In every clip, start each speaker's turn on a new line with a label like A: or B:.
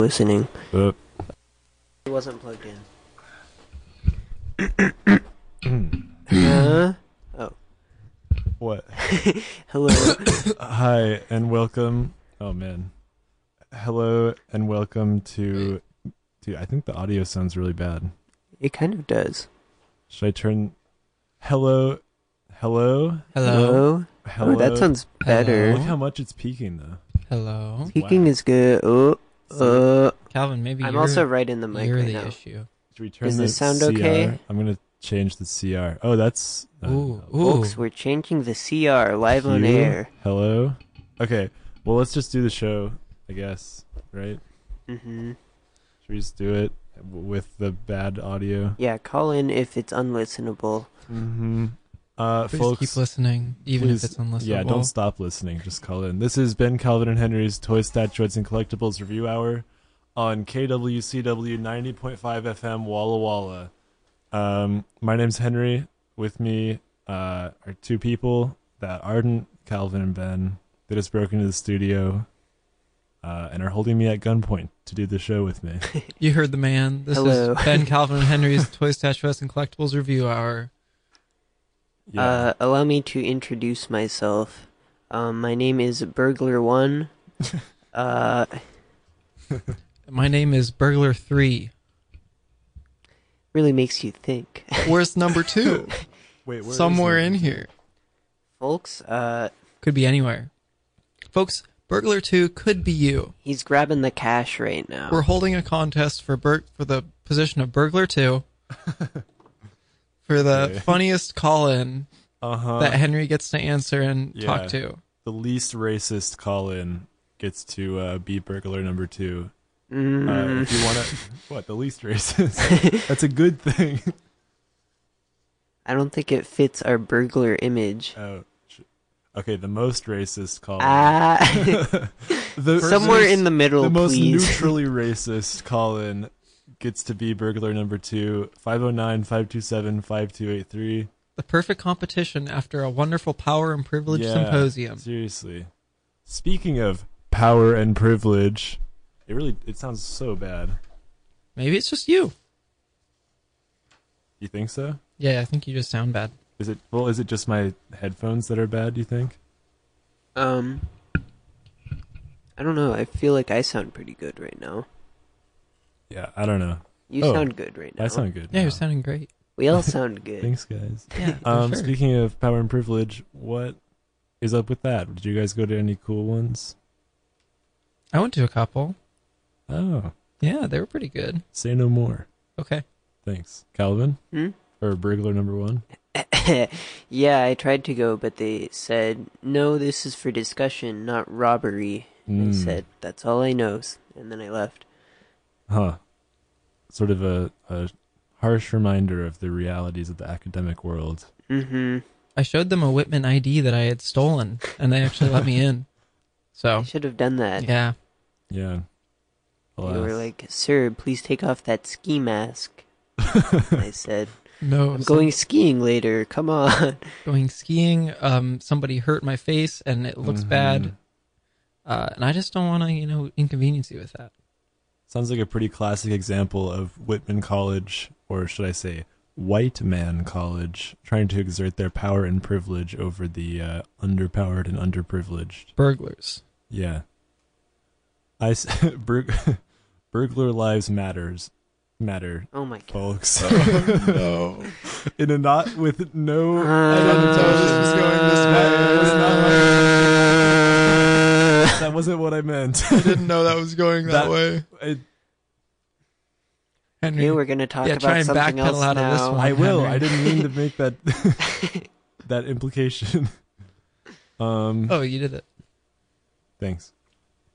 A: listening.
B: Uh,
A: He wasn't plugged in.
C: Hmm.
A: huh?
B: what?
A: Hello.
B: Hi and welcome. Oh man. Hello and welcome to. Dude, I think the audio sounds really bad.
A: it kind of does.
B: Should I turn? Hello, hello,
C: Hello.
B: hello.
A: Oh, that sounds better.
B: Look how much it's peaking though.
C: Hello.
A: Speaking
B: Wow.
A: is good. Oh, uh,
C: Calvin, maybe
A: I'm
C: you're,
A: also right in the mic
C: you're
A: right
C: the
A: now.
C: issue.
B: Should we turn
A: Does
B: the
A: this sound
B: CR?
A: okay?
B: I'm gonna change the CR. Oh, that's. uh,
C: Ooh, ooh.
A: Folks, we're changing the CR live on
B: you?
A: air.
B: Hello. Okay. Well, let's just do the show. I guess. Right.
A: hmm
B: Should we just do it w- with the bad audio?
A: Yeah, call in if it's unlistenable.
B: Mm-hmm. Uh,
C: Please
B: folks,
C: keep listening, even
B: please-
C: if it's unlistenable.
B: Yeah, don't stop listening. Just call in. This is Ben Calvin and Henry's Toy Stat Droids and Collectibles Review Hour on KWCW 90.5 FM Walla Walla. Um, my name's Henry. With me uh, are two people that Ardent, Calvin, and Ben. They just broke into the studio uh, and are holding me at gunpoint to do the show with me.
C: You heard the man. This
A: Hello.
C: is Ben Calvin and Henry's Toy Statuettes and Collectibles Review Hour.
B: Yeah.
A: Uh, allow me to introduce myself. Um, my name is Burglar One. uh,
C: My name is Burglar Three.
A: really makes you think,
C: Where's number two?
B: Wait, where is
C: Somewhere
B: it?
C: in here.
A: folks. Uh,
C: Could be anywhere. Folks, Burglar Two could be you.
A: he's grabbing the cash right now.
C: We're holding a contest for Bur- for the position of Burglar Two. For the
B: Okay.
C: funniest call in
B: Uh-huh.
C: that Henry gets to answer and
B: yeah.
C: talk to.
B: the least racist call in gets to uh, be burglar number two. Uh,
A: Mm.
B: If you want to, what the least racist? That's a good thing.
A: I don't think it fits our burglar image.
B: Oh, sh- okay. The most racist call.
A: Ah,
B: the
A: somewhere in the middle,
B: the most
A: please.
B: neutrally racist call in gets to be burglar number two. 509-527-5283.
C: The perfect competition after a wonderful power and privilege
B: Yeah,
C: symposium.
B: Seriously. Speaking of power and privilege, it really it sounds so bad.
C: Maybe it's just you.
B: You think so?
C: Yeah, I think you just sound bad.
B: Is it well? Is it just my headphones that are bad? Do you think?
A: um, I don't know. I feel like I sound pretty good right now.
B: Yeah, I don't know.
A: You
B: Oh,
A: sound good right now.
B: I sound good.
C: Yeah,
B: now.
C: you're sounding great.
A: We all sound good.
B: Thanks, guys.
C: Yeah.
B: Um,
C: for sure.
B: Speaking of power and privilege, what is up with that? Did you guys go to any cool ones?
C: I went to a couple.
B: Oh,
C: Yeah, they were pretty good.
B: say no more.
C: Okay.
B: Thanks, Calvin
A: Hmm?
B: or burglar number one.
A: yeah, I tried to go, but they said no. This is for discussion, not robbery. I
B: Mm.
A: said that's all I know, s- and then I left.
B: Huh. Sort of a, a harsh reminder of the realities of the academic world.
A: Mm-hmm.
C: I showed them a Whitman ID that I had stolen, and they actually let me in.
A: I
B: Oh.
C: So,
A: should have done that.
C: yeah.
B: Yeah.
A: They were
B: Alas.
A: like, "Sir, please take off that ski mask." I said,
C: No,
A: "I'm
C: so-
A: going skiing later. Come on."
C: going skiing. Um, somebody hurt my face, and it looks
B: Mhm.
C: bad. Uh, and I just don't want to, you know, inconvenience you with that.
B: Sounds like a pretty classic example of Whitman College, or should I say, white man college, trying to exert their power and privilege over the uh, underpowered and underprivileged.
C: Burglars.
B: Yeah. I s- bur- burglar lives matters matter,
A: Oh my god.
B: folks.
D: Oh, no.
B: In a not with no.
D: was going this way. It was not
B: that wasn't what I meant.
D: I didn't know that was going that,
B: That-
D: way.
B: I,
C: Henry,
A: Okay, we're gonna talk
C: Yeah,
A: about
C: try and
A: something
C: backpedal
A: else
C: out
A: now.
C: of this one.
B: I will.
C: Henry.
B: I didn't mean to make that that implication. Um.
C: oh, you did it.
B: Thanks.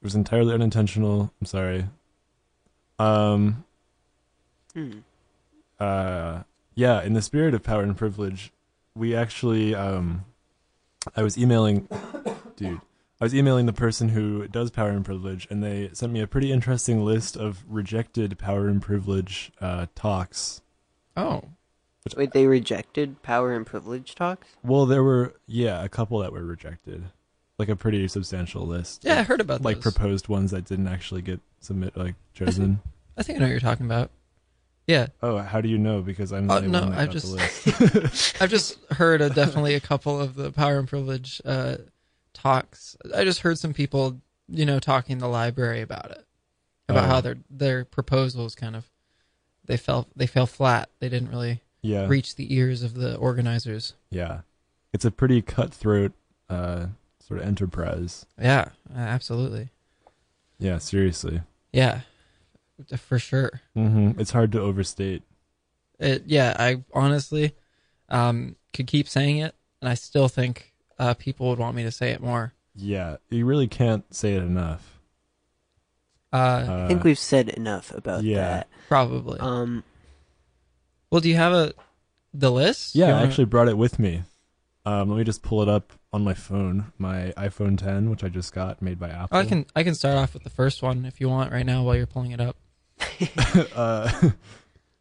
B: It was entirely unintentional. I'm sorry. Um.
A: Hmm.
B: Uh. Yeah. In the spirit of power and privilege, we actually. Um. I was emailing, dude. I was emailing the person who does power and privilege, and they sent me a pretty interesting list of rejected power and privilege uh, talks.
C: Oh,
A: Wait, they rejected power and privilege talks.
B: Well, there were yeah a couple that were rejected. like a pretty substantial list.
C: Yeah, I heard about
B: like
C: those.
B: proposed ones that didn't actually get submit like chosen.
C: I think I know what you're talking about. Yeah,
B: oh, how do you know? Because I'm
C: Uh,
B: not
C: no,
B: one that
C: I
B: got
C: just-
B: the list.
C: I've just heard a, definitely a couple of the power and privilege uh, talks. I just heard some people, you know, talking in the library about it, about
B: Oh.
C: how their their proposals kind of they fell they fell flat. They didn't really
B: Yeah,
C: reach the ears of the organizers.
B: yeah. It's a pretty cutthroat uh, sort of enterprise.
C: Yeah, uh, absolutely.
B: Yeah, seriously.
C: Yeah, for sure.
B: Mm-hmm. It's hard to overstate.
C: It, yeah, I honestly um, could keep saying it, and I still think uh, people would want me to say it more.
B: Yeah, you really can't say it enough.
C: Uh,
B: Uh,
A: I think we've said enough about
B: yeah.
C: probably.
A: that. Um,
C: Well, do you have a the list?
B: yeah,
C: You
B: I
C: wanna-
B: actually brought it with me. Um, let me just pull it up on my phone, my iPhone 10, which I just got made by Apple.
C: Oh, I can I can start off with the first one if you want right now while you're pulling it up.
B: uh,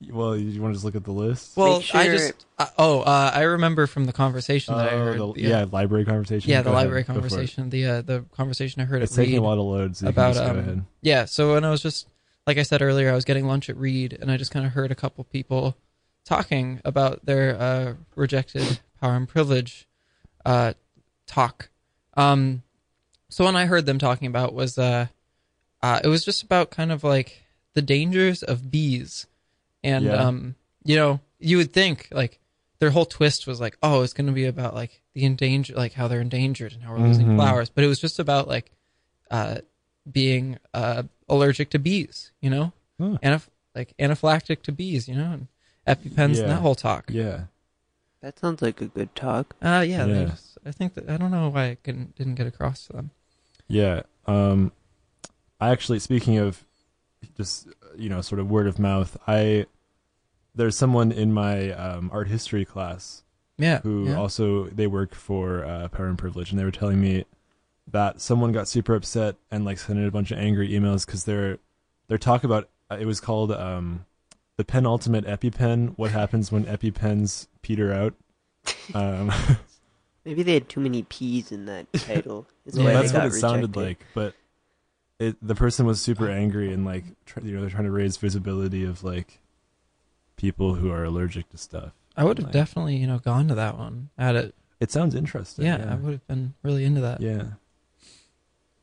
B: well, you want to just look at the list?
C: Well,
A: sure-
C: I just I, oh uh, I remember from the conversation that I
B: Oh,
C: heard.
B: the-
C: the, uh,
B: yeah, library conversation.
C: yeah,
B: Go
C: the
B: ahead,
C: library
B: go for it.
C: conversation. The uh, the conversation I heard
B: It's
C: at
B: taking
C: Reed.
B: a while to load, so you can
C: about,
B: just
C: um,
B: go ahead.
C: Yeah, so when I was just like I said earlier, I was getting lunch at Reed, and I just kind of heard a couple people talking about their uh, rejected power and privilege uh, talk. Um, so one I heard them talking about was uh, uh, it was just about kind of like the dangers of bees, and
B: Yeah.
C: um, you know, you would think like their whole twist was like, oh, it's going to be about like the endanger, like how they're endangered and how we're losing
B: Mhm.
C: flowers, but it was just about like uh, being uh, allergic to bees, you know,
B: Huh.
C: Anaph- like anaphylactic to bees, you know, and epipens
B: Yeah.
C: and that whole talk.
B: Yeah,
A: that sounds like a good talk.
C: Uh, yeah, they
B: Yeah.
C: just- I think that I don't know why I couldn't, didn't get across to them.
B: yeah. Um, I actually, speaking of just you know, sort of word of mouth, I there's someone in my um, art history class
C: Yeah,
B: who
C: yeah.
B: also they work for uh, Power and Privilege, and they were telling me that someone got super upset and like sent in a bunch of angry emails because their their talk about uh, it was called um, the penultimate EpiPen. What happens when EpiPens peter out? Um,
A: Maybe they had too many P's in that title. Is
C: Yeah,
A: why they
B: that's what it
A: got
B: sounded
A: rejected.
B: like, but it the person was super angry and like tr- you know they're trying to raise visibility of like people who are allergic to stuff.
C: I would have
B: like-
C: definitely you know gone to that one at it.
B: It sounds interesting.
C: Yeah, I would have been really into that.
B: yeah.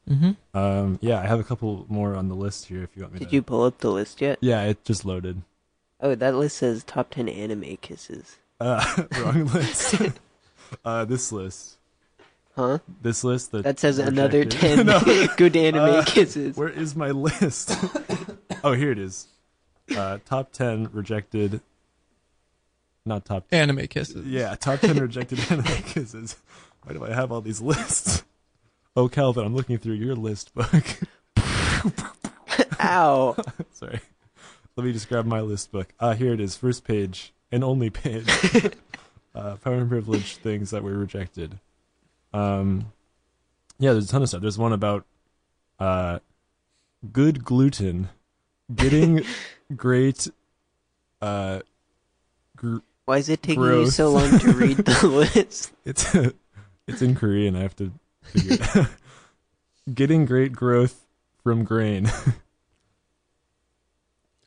C: Mm-hmm.
B: Um, yeah, I have a couple more on the list here if you want me
A: Did
B: to.
A: you pull up the list yet?
B: Yeah, it just loaded.
A: Oh, that list says top ten anime kisses.
B: Uh, wrong list. uh, this list.
A: Huh?
B: This list. That,
A: That says another
B: rejected.
A: ten good anime
B: Uh,
A: kisses.
B: Where is my list? oh, here it is. Uh, top 10 rejected. Not top
C: Anime kisses.
B: Yeah, top 10 rejected anime kisses. Why do I have all these lists? Oh, Calvin, I'm looking through your list book.
A: Ow!
B: Sorry. Let me just grab my list book. Ah, here it is. First page and only page. uh, power and privilege things that were rejected. Um, yeah, there's a ton of stuff. There's one about uh, good gluten, getting great uh, gr-
A: Why is it taking you
B: Gross.
A: so long to read the list?
B: It's it's in Korean. I have to figure it out. Getting great growth from grain.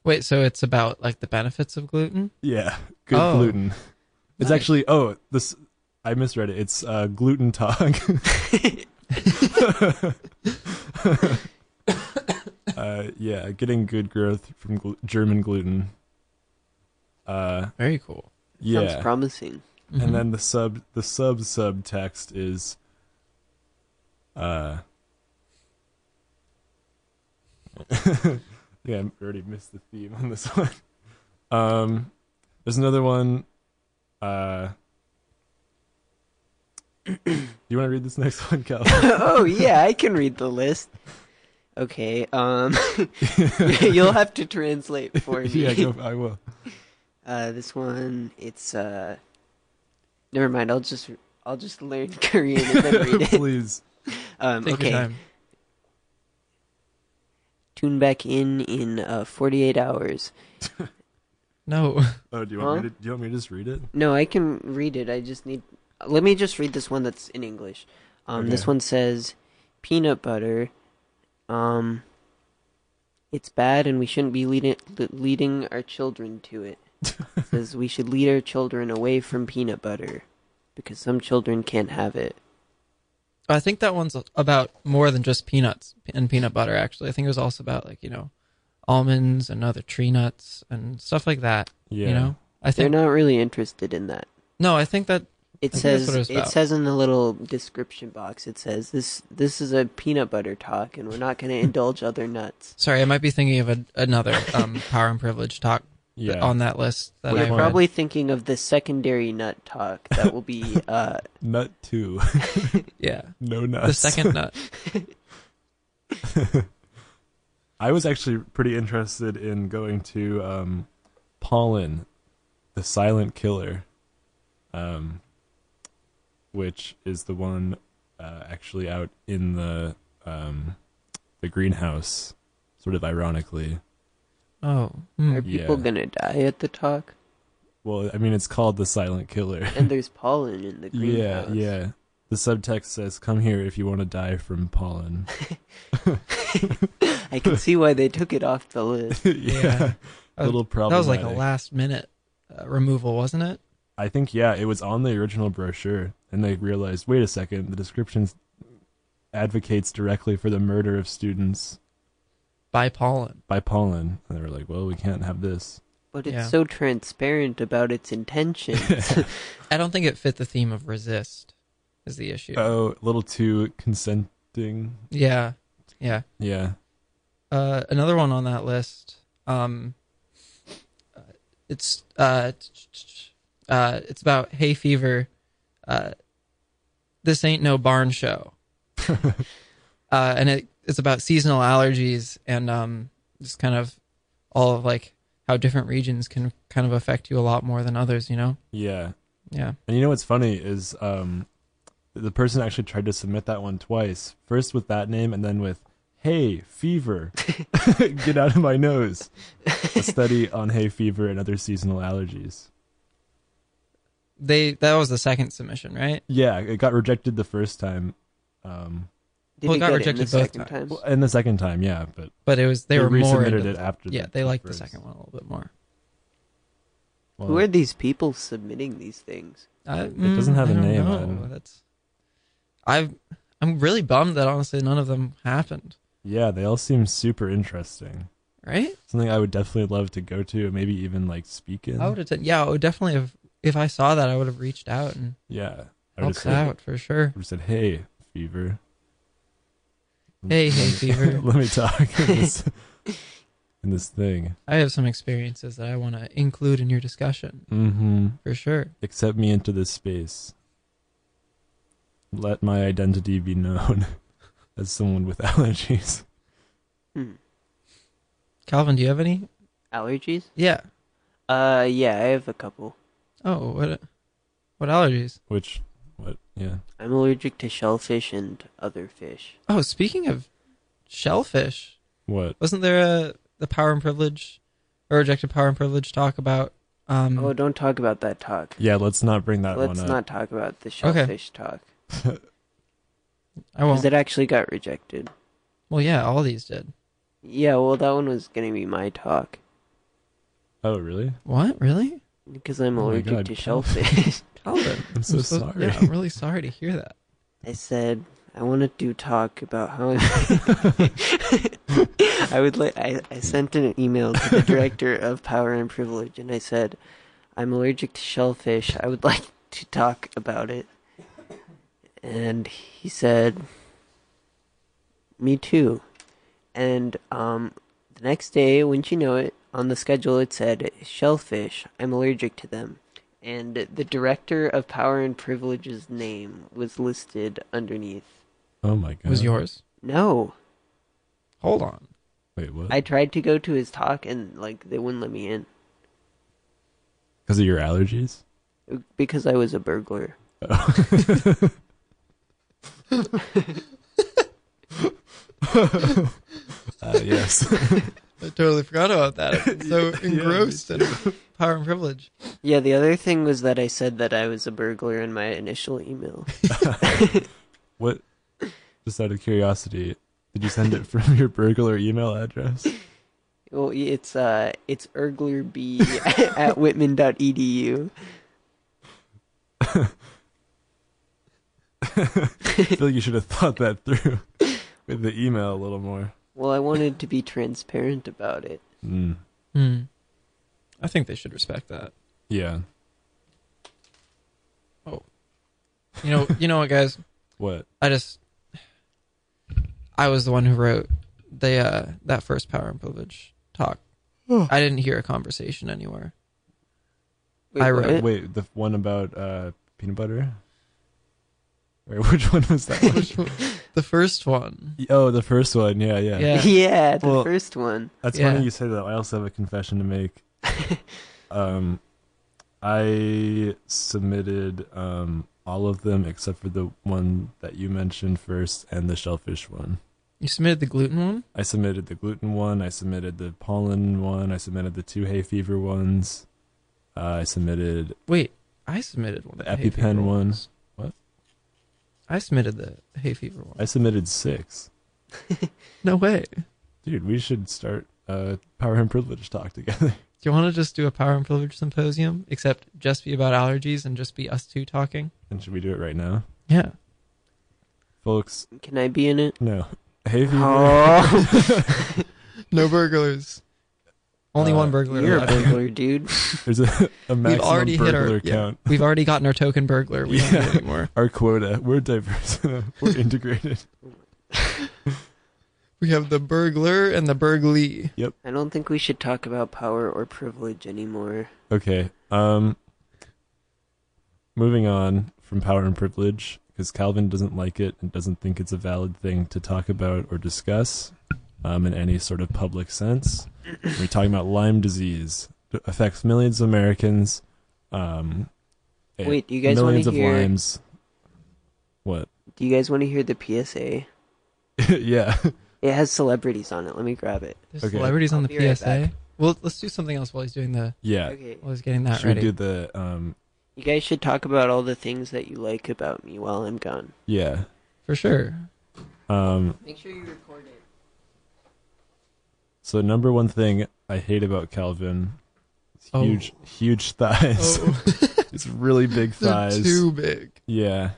C: Wait, so it's about like the benefits of gluten?
B: yeah, good
C: Oh.
B: gluten. It's
C: Nice.
B: actually oh this I misread it. It's uh, gluten tog. uh, yeah, getting good growth from glu- German gluten. Uh,
C: Very cool.
A: Sounds
B: yeah,
A: promising.
C: Mhm.
B: and then the sub the sub subtext is uh yeah i already missed the theme on this one um there's another one uh do you want to read this next one cal
A: oh yeah, I can read the list. Okay, um, you'll have to translate for me.
B: yeah go, i will
A: Uh, this one, it's uh, never mind. I'll just I'll just learn Korean and then read it.
B: please
A: Um,
C: Take your
A: okay,
C: time.
A: tune back in in uh, 48 hours.
C: No.
B: oh do you want
A: Huh?
B: me to do you want me to just read it
A: No, I can read it. I just need. Let me just read this one that's in English. Um,
B: Okay.
A: This one says peanut butter. Um, it's bad, and we shouldn't be leading le- leading our children to it. It says we should lead our children away from peanut butter because some children can't have it.
C: I think that one's about more than just peanuts and peanut butter. Actually, I think it was also about like you know, almonds and other tree nuts and stuff like that.
B: Yeah.
C: You know, I
A: They're
C: think
A: not really interested in that.
C: no, I think that
A: It
C: I think that's
A: says
C: what it was
A: it
C: about.
A: says in the little description box. It says this this is a peanut butter talk, and we're not going to indulge other nuts.
C: sorry, I might be thinking of a, another um, power and privilege talk
B: Yeah.
C: on that list that
B: Which
C: I
A: We're
C: read.
B: one?
A: probably thinking of the secondary nut talk that will be uh,
B: Nut two.
C: yeah
B: No nuts.
C: the second nut.
B: I was actually pretty interested in going to um, Pollen, the Silent Killer, um, which is the one uh, actually out in the um, the greenhouse, sort of ironically.
C: Oh, hmm.
A: Are people
B: Yeah.
A: gonna die at the talk?
B: Well, I mean, it's called the Silent Killer.
A: And there's pollen in the
B: yeah,
A: greenhouse.
B: yeah. The subtext says, "Come here if you want to die from pollen."
A: I can see why they took it off the list.
C: Yeah.
B: a little problem.
C: that was like a last minute uh, removal, wasn't it?
B: I think yeah, it was on the original brochure, and they realized, wait a second, the description advocates directly for the murder of students
C: By pollen.
B: by pollen, and they were like, well, we can't have this.
A: But it's
C: Yeah.
A: so transparent about its intention.
C: I don't think it fit the theme of resist. Is the issue?
B: Oh, a little too consenting.
C: yeah, yeah.
B: Yeah,
C: Uh, another one on that list. Um, uh, it's uh, uh, it's about hay fever. Uh, this ain't no barn show. uh, and it, it's about seasonal allergies and um, just kind of all of like how different regions can kind of affect you a lot more than others. You know?
B: yeah.
C: Yeah.
B: And you know what's funny is um, the person actually tried to submit that one twice. First with that name, and then with "Hey fever, get out of my nose." A study on hay fever and other seasonal allergies.
C: They that was the second submission, right?
B: Yeah, it got rejected the first time, um,
A: Did
C: Well,
A: it
C: it got
A: get
C: rejected
A: in the
C: both
A: second
C: times.
A: time?
B: and the second time, yeah, but
C: But it was they, were more
B: resubmitted
C: into-
B: it after.
C: Yeah, they liked the second one a little bit more.
B: Well,
A: Who are these people submitting these things?
C: I,
B: It doesn't
C: mm,
B: have a
C: I don't
B: name,
C: know.
B: Adam.
C: That's. I've. I'm really bummed that honestly none of them happened.
B: yeah, they all seem super interesting.
C: Right?
B: Something I would definitely love to go to, and maybe even like speak in.
C: I would have. done- yeah, I would definitely have. If I saw that, I would have reached out and
B: yeah, I would have
C: helped
B: said,
C: out for sure.
B: would've said, "Hey, fever."
C: Hey, hey, fever.
B: Let me talk in this, in this thing.
C: I have some experiences that I want to include in your discussion
B: Mm-hmm.
C: for sure.
B: Accept me into this space. Let my identity be known as someone with allergies.
A: Hmm.
C: Calvin, do you have any?
A: Allergies?
C: Yeah.
A: Uh, yeah, I have a couple.
C: Oh, what? What allergies?
B: Which, what? Yeah.
A: I'm allergic to shellfish and other fish.
C: Oh, speaking of shellfish,
B: What?
C: wasn't there a the power and privilege, or rejected power and privilege talk about? Um,
A: Oh, don't talk about that talk.
B: Yeah, let's not bring that
A: Let's
B: one uh, up.
A: not talk about the shellfish talk.
C: I won't.
A: Because it actually got rejected.
C: Well, yeah, all these did.
A: Yeah, well, that one was going to be my talk.
B: Oh, really?
C: What? Really?
A: Because I'm
B: Oh my
A: allergic
B: God,
A: to
B: Cal.
A: shellfish.
C: Calvin.
B: I'm so, sorry.
C: Yeah, Oh, I'm really sorry to hear that.
A: I said I want to do talk about how I would like. I, I sent an email to the director of Power and Privilege, and I said I'm allergic to shellfish. I would like to talk about it, and he said, "Me too." And um, the next day, wouldn't you know it, on the schedule it said shellfish. I'm allergic to them and the director of power and privilege's name was listed underneath
B: Oh my god.
C: Was yours?
A: no
C: Hold on.
B: Wait, what?
A: i tried to go to his talk and like they wouldn't let me in
B: Because of your allergies?
A: because i was a burglar
B: Uh, yes.
C: I totally forgot about that. I'm so engrossed in power and privilege.
A: yeah the other thing was that i said that i was a burglar in my initial email
B: What? Just out of curiosity, did you send it from your burglar email address?
A: Well, it's uh, it's erglerb at E whitman.edu.
B: I feel like you should have thought that through with the email a little more.
A: Well, I wanted to be transparent about it.
B: Mm.
C: Hmm. I think they should respect that.
B: Yeah.
C: You know, you know what, guys?
B: What?
C: I just, I was the one who wrote the uh, that first power and privilege talk. I didn't hear a conversation anywhere.
A: Wait,
C: I wrote-
A: what?
B: Uh, Wait, the one about uh, peanut butter? Wait, which one was that? one?
C: The first one.
B: oh, the first one. Yeah, yeah.
C: Yeah.
A: Yeah, the
B: Well-
A: first one.
B: That's
C: Yeah.
B: funny you say that. I also have a confession to make. um, I submitted um, all of them except for the one that you mentioned first and the shellfish one.
C: You submitted the gluten one.
B: I submitted the gluten one. I submitted the pollen one. I submitted the two hay fever ones. Uh, I submitted
C: Wait, I submitted one. of
B: The
C: hay fever
B: EpiPen one.
C: ones.
B: What?
C: I submitted the hay fever one.
B: I submitted six.
C: No way.
B: Dude, we should start uh, power and privilege talk together.
C: Do you want to just do a power and privilege symposium, except just be about allergies and just be us two talking?
B: and should we do it right now,
C: Yeah.
B: folks?
A: Can I be in it?
B: No, hay fever.
A: Oh,
D: No burglars.
C: Only
B: Uh,
C: one burglar
A: you're a
C: left.
A: burglar, dude.
B: There's a, a maximum
C: already hit our-
B: burglar
C: yeah.
B: count.
C: We've already gotten our token burglar. We don't
B: Yeah.
C: need anymore.
B: Our quota. We're diverse. We're integrated.
C: We have the burglar and the burglee.
A: I don't think we should talk about power or privilege anymore.
B: Okay. Um. Moving on from power and privilege, because Calvin doesn't like it and doesn't think it's a valid thing to talk about or discuss, um, in any sort of public sense. We're talking about Lyme disease. It affects millions of Americans. Um, and
A: Wait, do you guys wanna
B: millions of
A: hear-
B: limes. What?
A: Do you guys want to hear the PSA?
B: yeah.
A: It has celebrities on it. Let me grab it.
C: There's
B: Okay.
C: celebrities on
A: I'll
C: the
A: be right
C: PSA.
A: back.
C: well, let's do something else while he's doing the
B: Yeah.
A: Okay.
C: while he's getting that
B: Should
C: ready.
B: we do the um?
A: You guys should talk about all the things that you like about me while I'm gone.
B: Yeah.
C: For sure.
B: Um.
A: Make sure you record it.
B: So number one thing I hate about Calvin, is
C: Oh.
B: huge, huge thighs. it's really big
D: They're
B: thighs.
D: too big.
B: Yeah.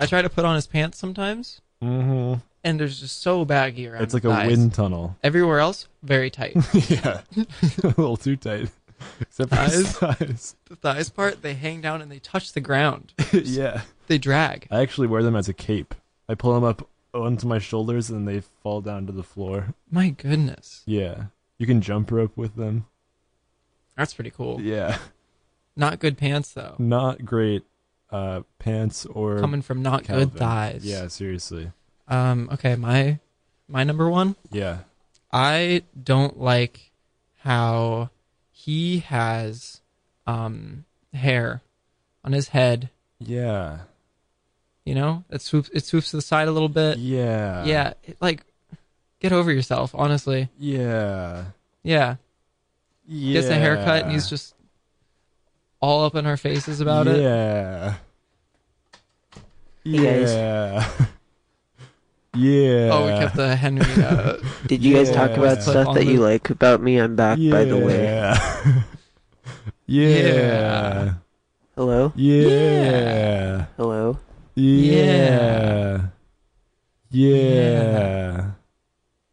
C: I try to put on his pants sometimes,
B: hmm
C: and there's just so baggy around.
B: It's
C: the
B: like a
C: thighs.
B: wind tunnel.
C: Everywhere else, very tight.
B: yeah. a little too tight. Except for his thighs.
C: the thighs part, they hang down and they touch the ground.
B: yeah.
C: They drag.
B: I actually wear them as a cape. I pull them up onto my shoulders and they fall down to the floor.
C: My goodness,
B: Yeah. You can jump rope with them.
C: that's pretty cool.
B: Yeah.
C: Not good pants though.
B: Not great uh pants or
C: Coming from not
B: Calvin.
C: good thighs.
B: Yeah, seriously.
C: Um. Okay. My my number one.
B: Yeah.
C: I don't like how he has um hair on his head.
B: Yeah.
C: You know, it swoops it swoops to the side a little bit.
B: Yeah.
C: Uh, yeah. It, like, get over yourself. Honestly.
B: Yeah.
C: Yeah.
B: Yeah.
C: Gets a haircut and he's just all up in our faces about it.
B: Yeah.
A: Hey, guys.
B: Yeah. yeah.
C: Oh, we kept the Henry. Uh,
A: Did you guys talk
B: Yeah.
A: about
B: Clip
A: stuff
C: on
A: that
C: the-
A: you like about me? I'm back, by the way.
B: Yeah. yeah.
A: Hello?
B: Yeah.
A: Hello?
B: Yeah. Yeah. Yeah.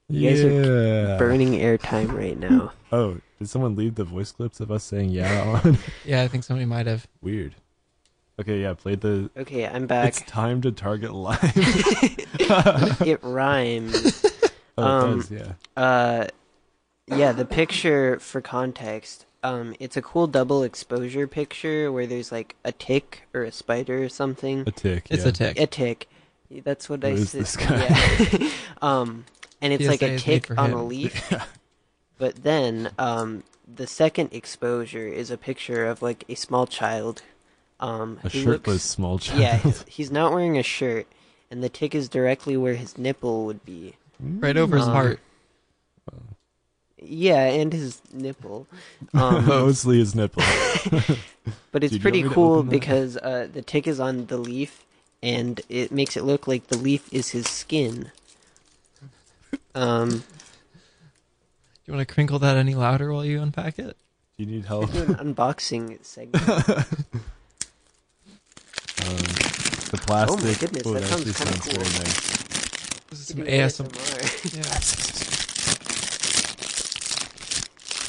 A: You guys Burning airtime right now.
B: Oh, did someone leave the voice clips of us saying yeah on?
C: yeah, I think somebody might have.
B: Weird. Okay, yeah, played the
A: Okay, I'm
B: It's
A: back.
B: time to target live.
A: it rhymes.
B: Oh, it
A: Um,
B: does, yeah.
A: Uh, yeah, the picture for context. Um, it's a cool double exposure picture where there's like a tick or a spider or something.
B: A tick.
C: It's
B: yeah.
C: a tick.
A: A tick. That's what
B: Who
A: I
B: is
A: said.
B: this guy?
A: Yeah. um, and it's like
C: PSA
A: a
C: is made
A: tick
C: for
A: on
C: him.
A: a leaf. But then um, the second exposure is a picture of like a small child. Um,
B: A
A: who
B: shirtless
A: looks-
B: small child.
A: Yeah, he's- he's not wearing a shirt, and the tick is directly where his nipple would be.
C: Right over his
A: Um,
C: heart.
A: Yeah, and his nipple. Um,
B: Mostly his nipple.
A: but it's
B: Dude, you want
A: pretty
B: me to
A: cool
B: open that?
A: because uh, the tick is on the leaf, and it makes it look like the leaf is his skin. Um,
C: You want to crinkle that any louder while you unpack it?
B: Do you need help?
A: do an unboxing segment.
B: Um, the plastic.
A: goodness,
B: oh,
A: that sounds
B: actually
A: kinda
B: sounds very
A: cool.
B: nice.
C: This is some
A: Do
C: ASMR.
A: ASMR.
C: Yeah.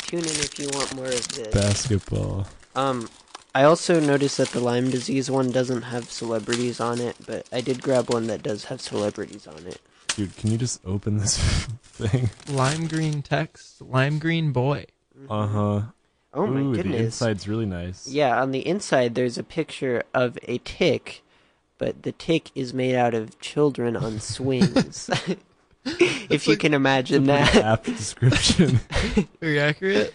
A: Tune in if you want more of this.
B: Basketball.
A: Um, I also noticed that the Lyme disease one doesn't have celebrities on it, but I did grab one that does have celebrities on it.
B: Dude, can you just open this thing?
C: Lime green text, lime green boy.
B: Uh huh.
A: Oh my
B: Ooh, the
A: goodness.
B: inside's really nice.
A: Yeah, on the inside there's a picture of a tick, but the tick is made out of children on swings. if you can imagine
B: Pretty
A: that.
B: apt description.
C: Very accurate.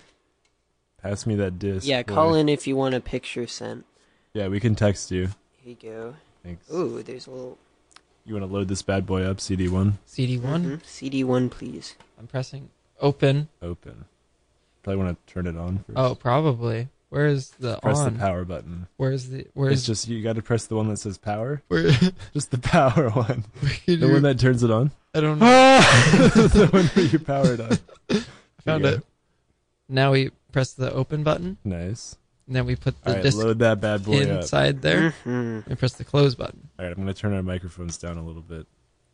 B: Pass me that disc.
A: Yeah,
B: boy.
A: call in if you want a picture sent.
B: Yeah, we can text you.
A: Here you go.
B: Thanks.
A: Ooh, there's a little
B: You want to load this bad boy up? CD one
C: CD one.
A: Mhm. CD1, please.
C: I'm pressing open.
B: open. Probably want to turn it on first.
C: Oh, probably. Where is the
B: press
C: on?
B: the power button.
C: Where's the
B: It's
C: where's
B: just you got to press the one that says power.
D: Where, where
B: Just the power one.
D: you
B: The one that turns it on.
D: I don't know.
B: the one where you power it on.
D: Found
B: There you
D: it.
C: now we press the open button
B: go. Nice.
C: and then we put the
B: All right,
C: disc
B: load that bad boy up.
C: inside there
A: hmm
C: and press the close button.
B: All right, I'm gonna turn our microphones down a little bit.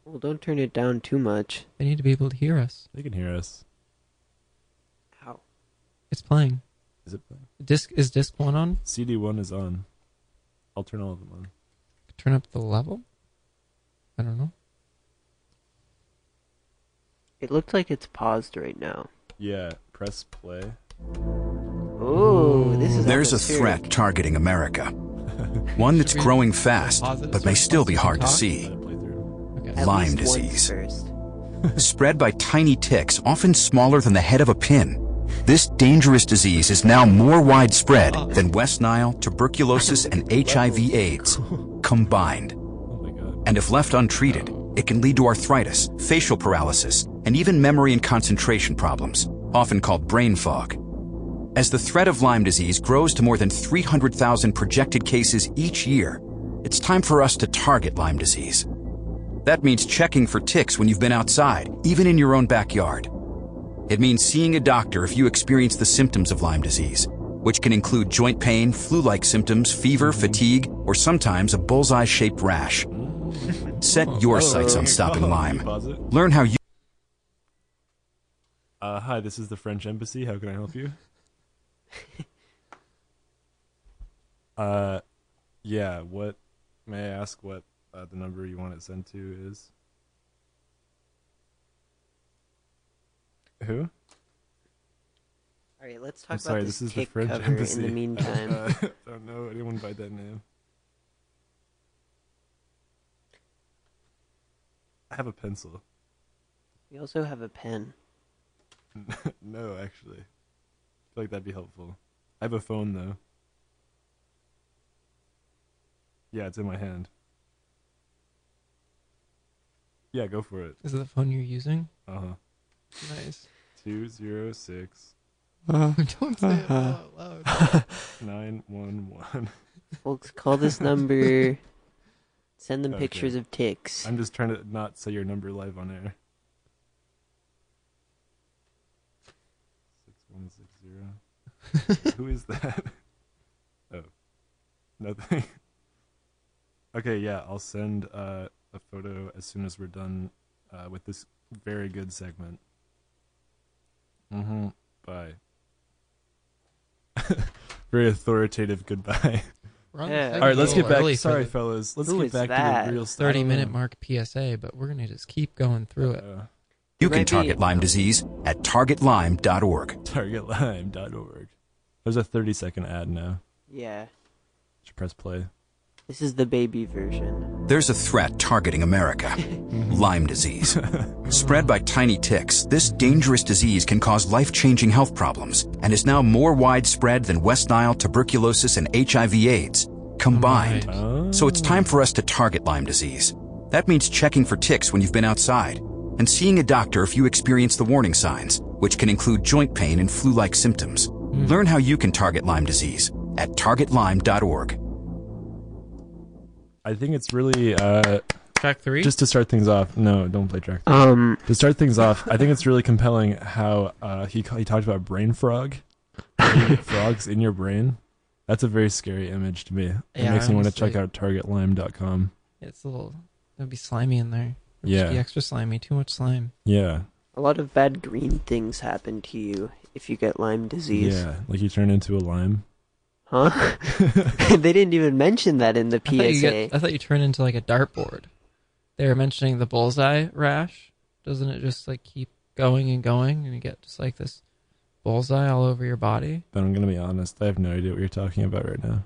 A: Well, don't turn it down too much.
C: They need to be able to hear us.
B: They can hear us.
A: Ow.
C: It's playing.
B: Is it playing?
C: Disc is disc one on.
B: CD one is on. I'll turn all of them on.
C: Turn up the level. I don't know.
A: It looks like it's paused right now.
B: Yeah. Press play.
A: Ooh, this is
E: There's a
A: atmospheric.
E: threat targeting America. One that's
C: Should we
E: growing fast,
C: pause it
E: but
C: so
E: may
C: we
E: still
C: can
E: be hard to
C: talk?
B: Let
E: see.
B: it play through.
C: Okay.
A: At
E: Lyme
A: least once
E: disease.
A: first.
E: Spread by tiny ticks, often smaller than the head of a pin. This dangerous disease is now more widespread
C: Oh.
E: than West Nile, tuberculosis, and HIV/AIDS combined.
B: Oh my god.
E: And if left untreated, it can lead to arthritis, facial paralysis, and even memory and concentration problems, often called brain fog. As the threat of Lyme disease grows to more than 300,000 projected cases each year, it's time for us to target Lyme disease. That means checking for ticks when you've been outside, even in your own backyard. It means seeing a doctor if you experience the symptoms of Lyme disease, which can include joint pain, flu like symptoms, fever, fatigue, or sometimes a bullseye shaped rash. Set your sights on stopping Lyme.
B: Oh, Pause it.
E: Learn how you.
B: Uh, hi, this is the French Embassy. How can I help you? uh, yeah. What may I ask? What uh, the number you want it sent to is? Who?
A: All right, let's talk
B: I'm sorry.
A: about
B: This,
A: this,
B: is the
A: tick
B: French
A: cover
B: Embassy.
A: in the meantime.
B: I don't, uh, I don't know anyone by that name. I have a pencil.
A: we also have a pen.
B: no, actually. I feel like that'd be helpful. I have a phone though. Yeah, it's in my hand. Yeah, go for it.
C: Is it the phone you're using?
B: Uh huh.
C: Nice.
B: Two zero six
D: Don't say it out loud.
B: nine one one.
A: Folks, call this number. Send them
B: Okay.
A: pictures of ticks.
B: I'm just trying to not say your number live on air. Six one six zero. Who is that? Oh, nothing. Okay, yeah, I'll send uh, a photo as soon as we're done uh, with this very good segment. Mm-hmm. Bye. very authoritative goodbye.
C: We're on
A: Yeah.
C: the
A: All
B: All
C: segment
B: right, let's
C: a
B: get
C: little
B: back.
C: early for
B: Sorry,
C: the
B: fellas. Let's
A: Who
B: get
A: is
B: back
A: that?
B: to the real stuff.
C: 30 minute mark PSA, but we're going to just keep going through it.
B: Uh,
E: You can
A: Maybe-
E: target Lyme disease at targetlyme.org.
B: targetlime.org. There's a 30 second ad now.
A: Yeah,
B: Should press play.
A: this is the baby version.
E: There's a threat targeting America Lyme disease. Spread by tiny ticks, this dangerous disease can cause life changing health problems and is now more widespread than West Nile tuberculosis and HIV/AIDS combined.
B: Oh.
E: So it's time for us to target Lyme disease. That means checking for ticks when you've been outside and seeing a doctor if you experience the warning signs, which can include joint pain and flu like symptoms. Learn how you can target Lyme disease at targetlyme.org.
B: I think it's really uh,
C: Track three.
B: just to start things off. No, don't play track.
A: Um,
B: To start things off, I think it's really compelling how uh, he ca- he talked about brain frog, Brain frogs in your brain. That's a very scary image to me. It
C: Yeah,
B: makes me want to
C: honestly.
B: check out targetlime.com.
C: it's a little. It'd be slimy in there. It'd
B: Yeah.
C: Just be extra slimy. Too much slime.
B: Yeah,
A: a lot of bad green things happen to you if you get Lyme disease.
B: yeah, like you turn into a lime.
A: Huh? they didn't even mention that in the
C: I thought, you
A: PSA.
C: get- I thought you turned into like a dartboard. They were mentioning the bullseye rash. Doesn't it just like keep going and going, and you get just like this bullseye all over your body?
B: But I'm gonna be honest, I have no idea what you're talking about right now.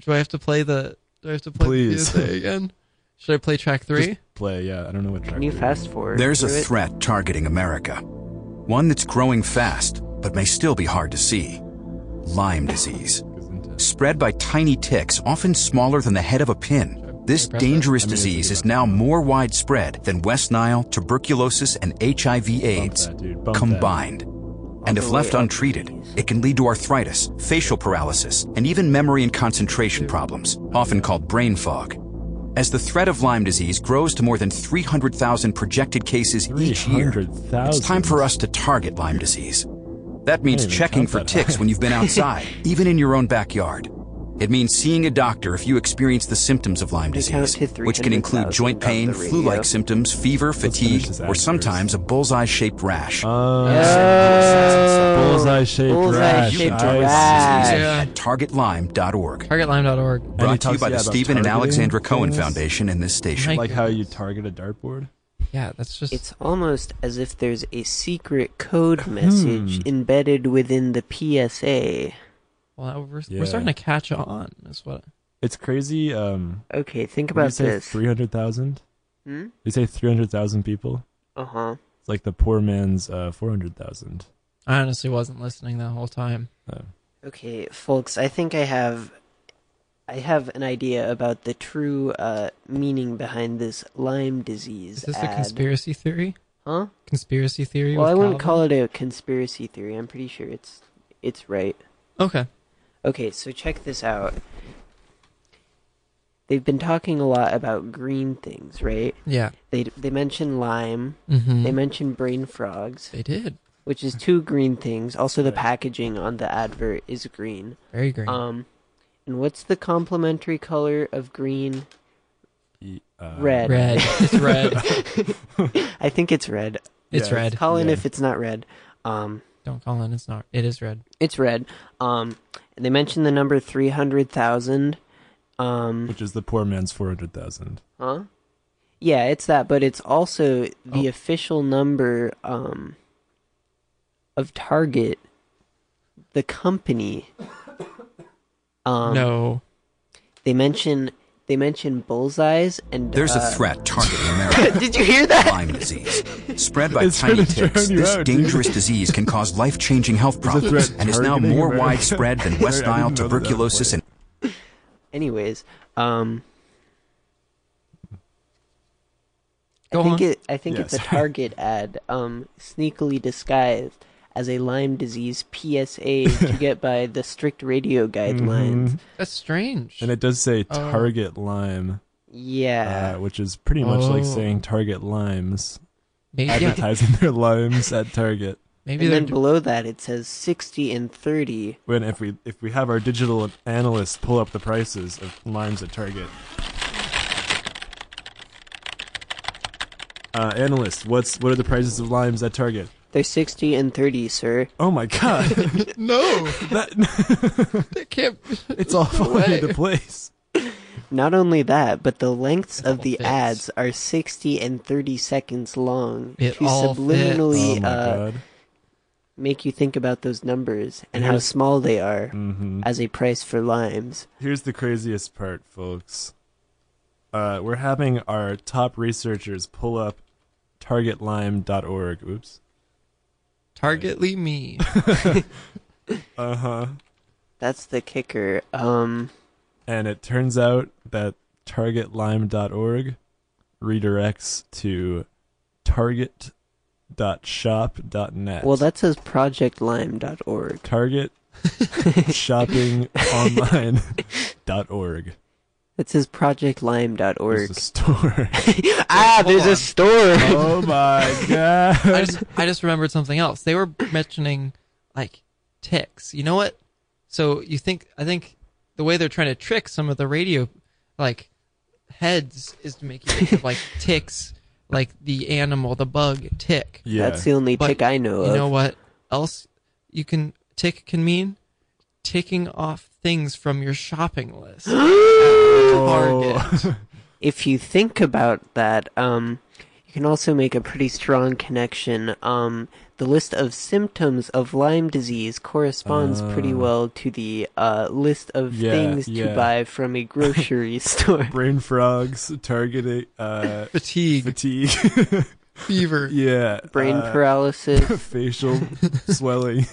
C: Do I have to play the? Do I have to play
B: Please.
C: the PSA again? Should I play track three?
B: Play, yeah, I don't know what track.
A: Can you
B: we're
A: fast forward?
E: There's a
A: through it?
E: threat targeting America. One that's growing fast, but may still be hard to see Lyme disease.
B: doing, 'cause it's intense.
E: Spread by tiny ticks, often smaller than the head of a pin, this
C: Impressive.
E: dangerous
B: I mean, it's
E: disease is
B: about-
E: now more widespread than West Nile, tuberculosis, and HIV/AIDS
B: Bump that, dude. Bump that.
E: combined. And if
A: the
E: left
A: way up,
E: untreated,
A: please.
E: it can lead to arthritis, facial paralysis, and even memory and concentration problems, often called brain fog. As the threat of Lyme disease grows to more than 300,000 projected cases each year, it's
B: 300,000.
E: time for us to target Lyme disease. That means
B: I didn't
E: checking
B: count
E: for
B: that
E: ticks
B: high.
E: when you've been outside, even in your own backyard. It means seeing a doctor if you experience the symptoms of Lyme
A: I count
E: disease,
A: to
E: which can
A: 300,000
E: include joint
A: on
E: pain,
A: the
E: flu like
A: radio.
E: symptoms, fever,
B: finish
E: fatigue,
B: this
E: or
B: afterwards.
E: sometimes a bullseye shaped rash.
B: Um,
A: Oh,
B: bullseye shaped
A: bullseye
B: rash.
A: shaped
B: I see.
A: rash.
C: Yeah.
E: at targetlime.org.
C: TargetLime.org.
B: And he
E: Brought to you
B: talks,
E: by the
B: yeah, about
E: Stephen and
B: targeting
E: Alexandra Cohen
B: things.
E: Foundation and this station.
C: Mike-
B: Like how you target a dartboard.
C: Yeah, that's just
A: It's almost as if there's a secret code
B: Hmm.
A: message embedded within the PSA.
C: well. now We're,
B: Yeah.
C: we're starting to catch on. Is what
B: It's crazy. Um,
A: Okay, think
B: what do you
A: about
B: say
A: this.
B: three hundred thousand.
A: Hmm?
B: You say three hundred thousand people.
A: Uh huh.
B: It's like the poor man's uh, four hundred thousand.
C: I honestly wasn't listening the whole time.
A: Okay, folks, I think I have I have an idea about the true uh, meaning behind this Lyme disease
C: Is this
A: ad.
C: a conspiracy theory?
A: Huh?
C: Conspiracy theory?
A: Well,
C: with
A: I wouldn't
C: Calvin?
A: call it a conspiracy theory. I'm pretty sure it's it's right.
C: Okay.
A: Okay, so check this out. They've been talking a lot about green things, right?
C: Yeah.
A: They they mention lime,
C: Mm-hmm.
A: they mention brain frogs,
C: They did.
A: which is two green things. Also, the
B: Right.
A: packaging on the advert is green.
C: Very green.
A: Um, and what's the complementary color of green?
B: E- uh,
A: Red.
C: red. It's red.
A: I think it's red.
C: It's
B: Yeah,
C: red.
A: Call in
B: Yeah.
A: if it's not red. Um,
C: Don't call in. It's not. It is red.
A: it's red. Um, and they mentioned the number three hundred thousand. Um,
B: Which is the poor man's four hundred thousand.
A: Huh? Yeah, it's that, but it's also the official number um, of Target, the company. Um,
C: no.
A: they mention they mention bullseyes and
E: There's
A: uh,
E: a threat targeting America.
A: Did you hear that?
E: Lyme disease. Spread by
B: It's
E: tiny
B: trying to drown
E: ticks,
B: you
E: this
B: out, dude.
E: dangerous disease can cause life changing health
B: a threat
E: problems and is now
B: targeting
E: more
B: America.
E: widespread than
B: Sorry, I
E: West
B: didn't
E: Nile
B: know that that
E: tuberculosis
B: played.
E: and
A: Anyways, um,
C: Go
A: I think
C: on.
A: it I think it's a
B: Yes.
A: Target ad, um, sneakily disguised as a Lyme disease PSA to get by the strict radio guidelines.
B: Mhm.
C: That's strange.
B: And it does say
C: Oh.
B: target lime,
A: Yeah.
B: uh, which is pretty much like
C: Oh.
B: saying target limes,
C: maybe, yeah,
B: advertising their limes at Target.
C: maybe
A: And
C: they're.
A: then below that it says 60 and 30.
B: When if we if we have our digital analysts pull up the prices of limes at Target. Uh, analyst, what's what are the prices of limes at Target?
A: They're 60 and 30, sir.
B: Oh my god,
C: no.
B: that
C: They can't.
B: it's all falling
C: way.
B: into place.
A: Not only that, but the lengths
C: It
A: of
C: all
A: the
C: fits.
A: ads are 60 and 30 seconds long
C: It
A: to
C: all
B: Oh
A: subliminally
B: my
A: uh,
B: god,
A: make you think about those numbers and how
B: Here's-
A: small they are
B: hmm
A: as a price for limes.
B: Here's the craziest part, folks. Uh, we're having our top researchers pull up targetlime.org. Oops.
C: Targetly me.
B: Uh huh.
A: That's the kicker. Um,
B: And it turns out that targetlime.org redirects to target.shop.net.
A: well, that says projectlime.org.
B: Target shopping online dot org.
A: It says projectlime.org.
B: There's a store.
A: ah,
C: Hold
A: there's
C: on.
A: a store.
B: oh my god.
C: I just I just remembered something else. They were mentioning like ticks. You know what? So you think I think the way they're trying to trick some of the radio like heads is to make you think of like ticks, like the animal, the bug, tick.
B: Yeah.
A: That's the only
C: But
A: tick I know
C: You
A: of.
C: know what else you can tick can mean? Ticking off things from your shopping list. Target.
A: if you think about that, um, you can also make a pretty strong connection. Um, the list of symptoms of Lyme disease corresponds pretty
B: Ah.
A: well to the uh, list of
B: Yeah,
A: things
B: yeah.
A: to buy from a grocery store.
B: Brain frogs targeting uh,
C: Fatigue,
B: fatigue.
C: fever.
B: yeah.
A: Brain
B: uh,
A: paralysis.
B: facial swelling.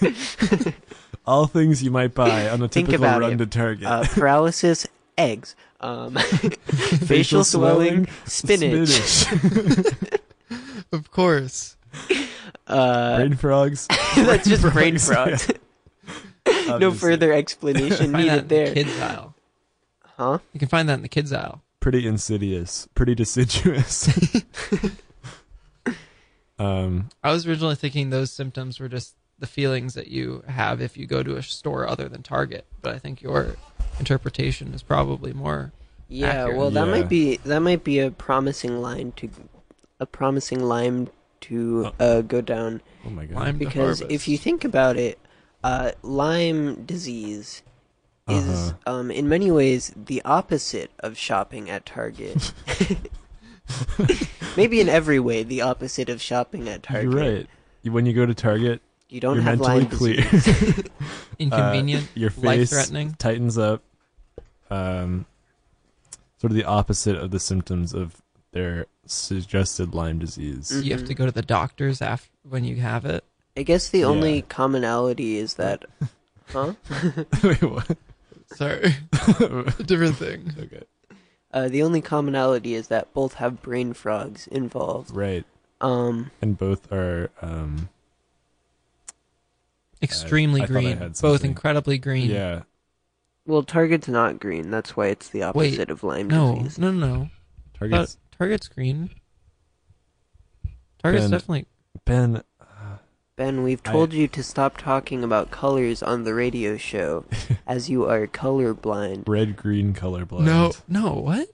B: All things you might buy on a
A: Think
B: typical
A: about
B: run
A: it.
B: to Target.
A: uh, paralysis. Eggs. Um, facial swelling. Spinach.
B: spinach.
C: Of course.
A: Uh,
B: brain frogs.
A: that's just brain
B: frogs,
A: frogs. no
B: obviously.
A: further explanation
C: Find that in
A: needed
C: the
A: there.
C: kids aisle.
A: Huh?
C: You can find that in the kids aisle.
B: Pretty insidious. Pretty deciduous. um.
C: I was originally thinking those symptoms were just the feelings that you have if you go to a store other than Target, but I think your interpretation is probably more.
A: Yeah,
C: accurate.
A: well, that
B: Yeah.
A: might be that might be a promising line to a promising line to uh, go down
B: Oh my god.
C: Lyme to
A: because if
C: harvest.
A: you think about it, uh, Lyme disease is
B: Uh-huh.
A: um, in many ways the opposite of shopping at Target. Maybe in every way, the opposite of shopping at Target.
B: You're right. You- When you go to Target,
A: You don't
B: you're
A: have
B: mentally
A: Lyme
B: clear.
A: disease.
C: inconvenient,
B: your Uh, face
C: life-threatening.
B: tightens up. Um, sort of the opposite of the symptoms of their suggested Lyme disease.
A: Mm.
C: you have to go to the doctors after when you have it.
A: I guess the only
B: Yeah.
A: commonality is that, huh?
B: Wait, what?
C: Sorry, different thing.
B: Okay.
A: Uh, the only commonality is that both have brain frogs involved.
B: Right.
A: Um,
B: And both are um
C: Extremely
B: I thought I had
C: green, both
B: something.
C: incredibly green.
B: yeah.
A: well, Target's not green. That's why it's the opposite of Lyme
C: No,
A: disease.
C: no, no, no.
B: Targets
C: But Target's green. Target's
B: Then-
C: definitely.
B: Ben
A: Ben, we've
B: I-
A: told you to stop talking about colors on the radio show, as you are colorblind.
B: red green colorblind.
C: no. What?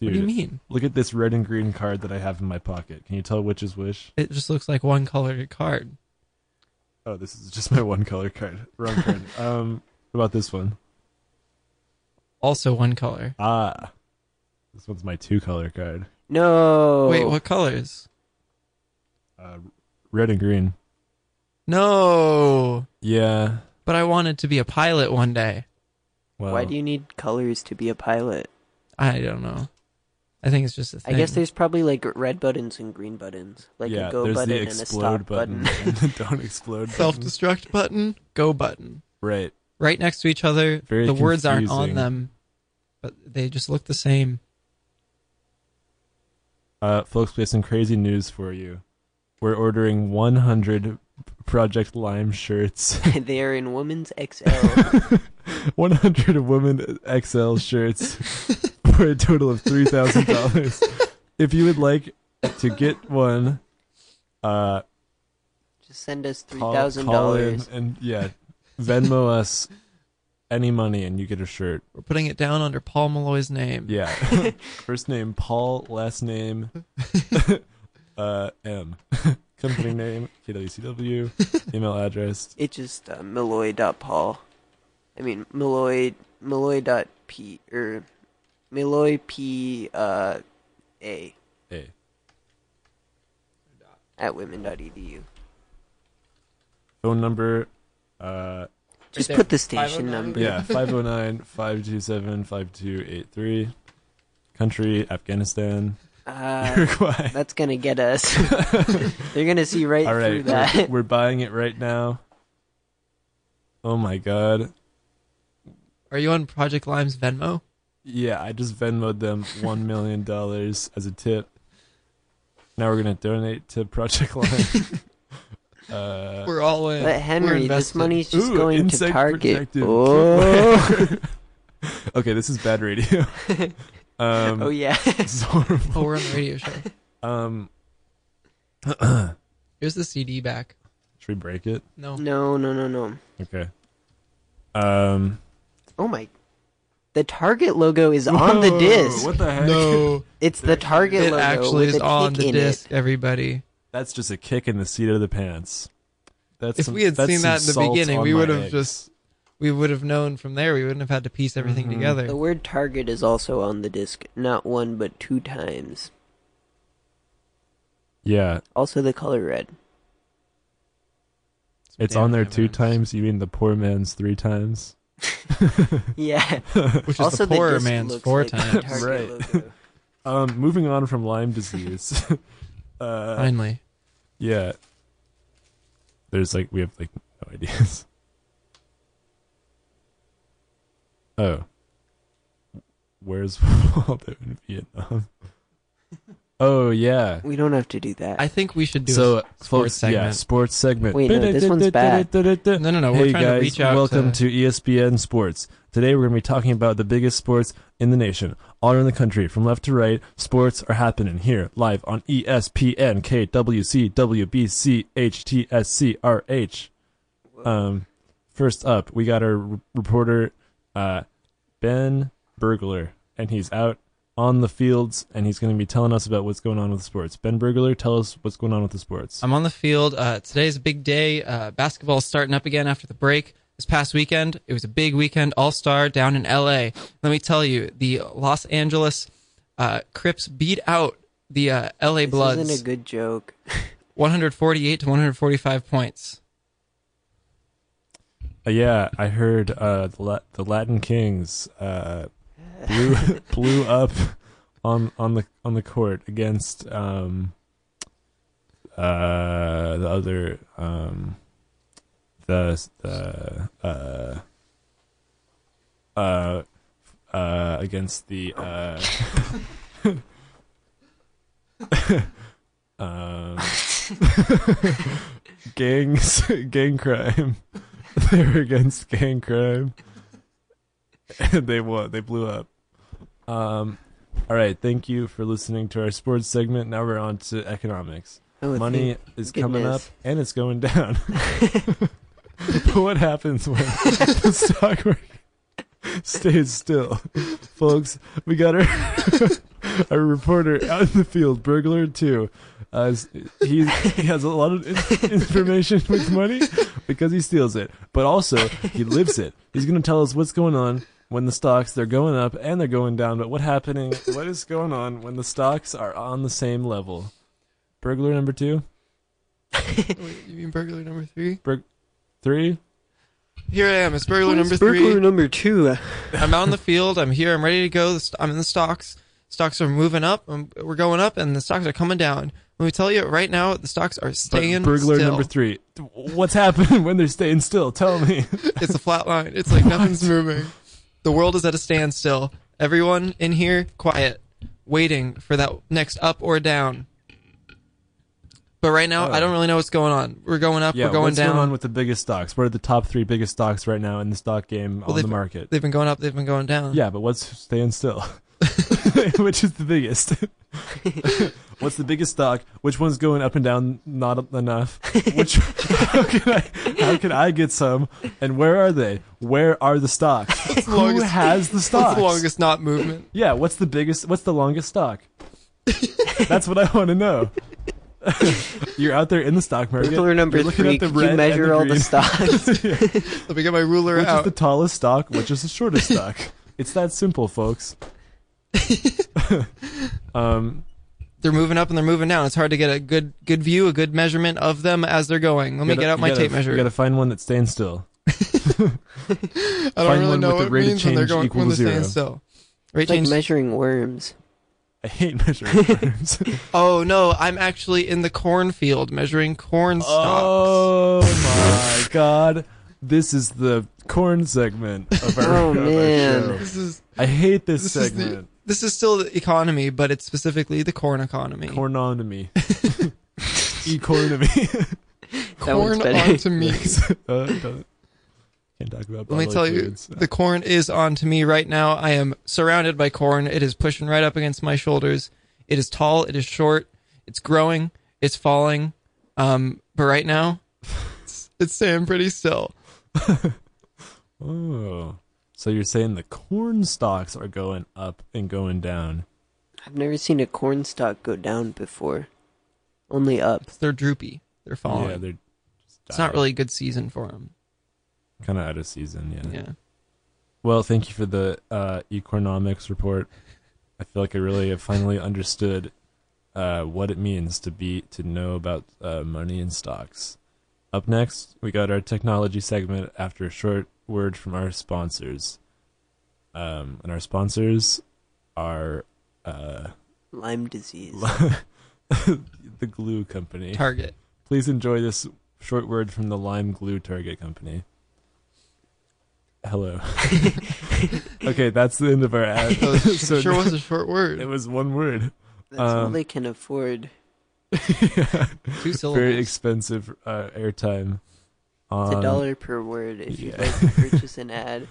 B: Dude,
C: What do you mean?
B: Look at this red and green card that I have in my pocket. Can you tell which is which?
C: It just looks like one colored card.
B: Oh, this is just my one color card. Wrong card. um what about this one?
C: Also one color.
B: Ah. This one's my two color card.
A: No.
C: Wait, what colors?
B: Uh red and green.
C: No.
B: Yeah.
C: But I wanted to be a pilot one day.
B: Well,
A: Why do you need colors to be a pilot?
C: I don't know. I think it's just a
A: I
C: thing.
A: guess there's probably like red buttons and green buttons, like
B: yeah,
A: a go
B: there's
A: button
B: the
A: and a stop
B: explode
A: button.
B: button, and the don't explode
C: self
B: button.
C: destruct button, go button.
B: Right.
C: Right next to each other.
B: Very
C: the words aren't on
B: confusing.
C: them, but they just look the same.
B: Uh, folks, we have some crazy news for you. We're ordering 100 Project Lime shirts,
A: they are in women's XL.
B: 100 women XL shirts for a total of $3,000. if you would like to get one, uh,
A: Just send us three
B: call,
A: thousand
B: call in
A: dollars.
B: and yeah, Venmo us any money and you get a shirt.
C: We're putting it down under Paul Malloy's name.
B: Yeah. First name Paul, last name uh, M. Company name KWCW, email address
A: It's just uh, Malloy.Paul. I mean Malloy Malloy.P or Malloy P uh, A
B: A.
A: at E women.edu.
B: phone number uh
A: Just
C: there,
A: put the station
C: 509.
A: number.
B: yeah 509-527-5283 country afghanistan
A: Uh,
B: uruguay
A: that's gonna get us. They're gonna see right
B: all
A: through
B: right we're,
A: that.
B: we're buying it right now oh my god
C: Are you on Project Lime's Venmo?
B: yeah i just venmoed them one million dollars as a tip now we're gonna donate to project line uh
C: We're all in.
A: But Henry, this
C: invested.
A: money's just
B: Ooh,
A: going to
B: insect
A: Target.
B: protective
A: Oh,
B: okay, this is bad radio. um,
A: oh yeah.
B: this is horrible.
C: Oh, we're on the radio show.
B: Um,
C: Here's the CD back.
B: should we break it?
C: No.
A: no, no, no, no.
B: Okay. Um,
A: Oh my. The Target logo is on the
B: whoa,
A: disc.
B: What the heck?
C: No.
A: It's the Target
C: It
A: logo
C: actually
A: with
C: is
A: a
C: on
A: tick
C: the
A: in
C: disc,
A: It.
C: everybody.
B: That's just a kick in the seat of the pants. That's
C: If
B: some-
C: we had
B: that's
C: seen
B: some
C: that in the
B: salt
C: beginning,
B: on
C: we
B: my
C: would have
B: eggs.
C: just we would have known from there. We wouldn't have had to piece
B: Mm-hmm.
C: everything together.
A: The word Target is also on the disc, not one but two times.
B: Yeah,
A: Also the color red.
B: it's on there
C: Damn
B: two
C: M&Ms.
B: times. You mean the poor man's three times?
A: Yeah.
C: which is
A: also
C: the poorer
A: disc
C: man's
A: looks
C: four
A: like the
C: times.
A: Target
B: Right.
A: logo.
B: Um, moving on from Lyme disease. uh,
C: Finally,
B: Yeah. There's like we have like no ideas. Oh. Where's Waldo in Vietnam? Oh yeah.
A: We don't have to do that.
C: I think we should do
B: so
C: a sports
B: folks, yeah,
C: segment.
B: sports segment.
A: Wait, no, this one's bad.
C: No, no, no. We're
B: Hey
C: trying
B: guys,
C: to reach out.
B: welcome
C: to,
B: to... E ESPN Sports. Today we're going to be talking about the biggest sports in the nation, all around the country, from left to right. Sports are happening here, live on E ESPN, KWC, WBC, HTSCRH. Um, first up, we got our r- reporter, uh, Ben Burglar, and he's out on the fields, and he's going to be telling us about what's going on with sports. Ben Burglar, tell us what's going on with the sports.
C: I'm on the field. Uh, today's a big day. Uh, basketball's starting up again after the break. This past weekend, it was a big weekend, All Star down in LA. Let me tell you, the Los Angeles uh, Crips beat out the uh, LA
A: this
C: Bloods
A: isn't a good joke.
C: 148 to 145 points.
B: Uh, yeah, I heard uh, the, La- the Latin Kings uh, blew blew up on on the on the court against um, uh, the other um, the the uh, uh, uh, against the uh, um, gangs gang crime they were against gang crime. And they won. They blew up. Um, all right. Thank you for listening to our sports segment. Now we're on to economics.
A: Oh,
B: Money is coming up
A: goodness.
B: and it's going down. but what happens when the stock market stays still? Folks, we got our, our reporter out in the field, burglar too. Uh, s- he, he has a lot of in- information with money because he steals it, but also he lives it. He's going to tell us what's going on when the stocks they're going up and they're going down. But what happening? What is going on when the stocks are on the same level? Burglar number two,
C: Wait, you mean burglar number three?
B: three.
C: Here I am. It's burglar number
A: Burglar
C: three.
A: number two.
C: I'm out in the field. I'm here. I'm ready to go. The st- I'm in the stocks. Stocks are moving up. Um we're going up, and the stocks are coming down. Let me tell you, right now, the stocks are
B: Bur-
C: staying
B: burglar
C: still.
B: number three. What's happening when they're staying still? Tell me.
C: It's a flat line. It's like nothing's moving. The world is at a standstill. Everyone in here, quiet, waiting for that next up or down. But right now, I don't really know what's going on. We're going up.
B: Yeah,
C: we're going
B: what's
C: down.
B: going on with the biggest stocks? What are the top three biggest stocks right now in the stock game
C: Well,
B: on the
C: they've-
B: market?
C: They've been going up. They've been going down.
B: Yeah, but what's staying still? Which is the biggest? what's the biggest stock? Which one's going up and down not enough? Which how can I how can I get some? And where are they? Where are the stocks? Who
C: longest-
B: has the
C: What's
B: stocks?
C: the longest not movement?
B: Yeah, what's the biggest what's the longest stock? That's what I want to know. You're out there in the stock market.
A: Burglar number
B: you're looking
A: three.
B: at the
A: Could
B: red
A: you
B: and
A: measure all the
B: green.
A: stocks?
C: Let me get my ruler
B: Which is
C: out.
B: the tallest stock? Which is the shortest stock? It's that simple, folks. um,
C: they're moving up and they're moving down. It's hard to get a good good view, a good measurement of them as they're going. Let me
B: gotta-
C: get out
B: you
C: my
B: gotta-
C: tape measure.
B: You gotta find one that's staying still.
C: I
B: find
C: don't really
B: one
C: know
B: with the
C: what it
B: rate of
C: means when they're
B: change
C: going
B: equal to
C: when they're staying
B: zero.
C: still. Rate
A: It's like
C: change.
A: measuring worms.
B: I hate measuring terms.
C: oh no, I'm actually in the cornfield measuring corn stalks.
B: oh my god. This is the corn segment of our,
A: Oh,
B: of our
A: man.
B: show.
C: This is
B: I hate this,
C: this is the,
B: segment.
C: this is still the economy, but it's specifically the corn economy.
B: Cornonomy. Economy.
A: That one's
C: corn
A: better.
C: onto me.
B: Uh, it doesn't- can't talk about.
C: Let me
B: bodily
C: tell
B: fluids.
C: you, the corn is on to me right now. I am surrounded by corn. It is pushing right up against my shoulders. It is tall. It is short. It's growing. It's falling. Um, but right now, it's, it's staying pretty still.
B: Oh, so you're saying the corn stalks are going up and going down?
A: I've never seen a corn stalk go down before. Only up.
C: They're droopy. They're falling.
B: Yeah, they're. Just
C: it's not really a good season for them.
B: kind of out of season. Yeah.
C: Yeah.
B: Well, thank you for the uh, economics report. I feel like I really have finally understood uh, what it means to be to know about uh, money and stocks. Up next, we got our technology segment after a short word from our sponsors. Um, and our sponsors are uh,
A: Lyme disease.
B: the Glue Company.
C: Target.
B: Please enjoy this short word from the Lime Glue Target Company. Hello. okay, that's the end of our ad.
C: That was-
B: So
C: sure
B: now-
C: was a short
B: it
C: word.
B: was one word.
A: That's all
B: Um,
A: they can afford.
C: Two
B: Very
C: syllables.
B: expensive uh, airtime
A: It's
B: on
A: a dollar per word if you'd
B: um, yeah.
A: like to purchase an ad.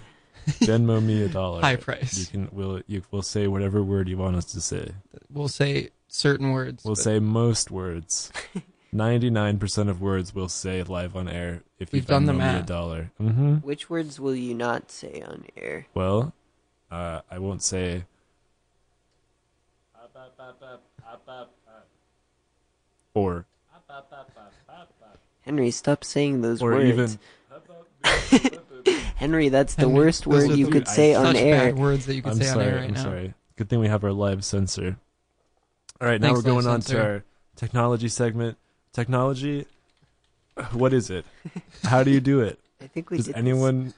B: Venmo me a dollar.
C: High
B: You
C: price.
B: can we'll you will say whatever word you want us to say.
C: We'll say certain words.
B: We'll
C: but
B: say most words. Ninety nine percent of words we'll say live on air if you
C: We've done the
B: Venmo me a
C: math.
B: dollar. Mm-hmm.
A: Which words will you not say on air?
B: Well, uh, I won't say. Or
A: Henry, stop saying those
B: or
A: words.
B: even
A: Henry, that's the
C: Henry,
A: worst
C: those
A: word
C: are
A: you
B: the-
A: could
B: I-
A: say on
C: such
A: air.
C: bad words that you could
B: I'm
C: say
B: sorry.
C: on air right
B: I'm
C: now.
B: sorry. Good thing we have our live censor. All right, now
C: Thanks,
B: we're going
C: live
B: on to
C: censor.
B: our technology segment. Technology, what is it? How do you do it?
A: I think we
B: Does
A: did
B: anyone?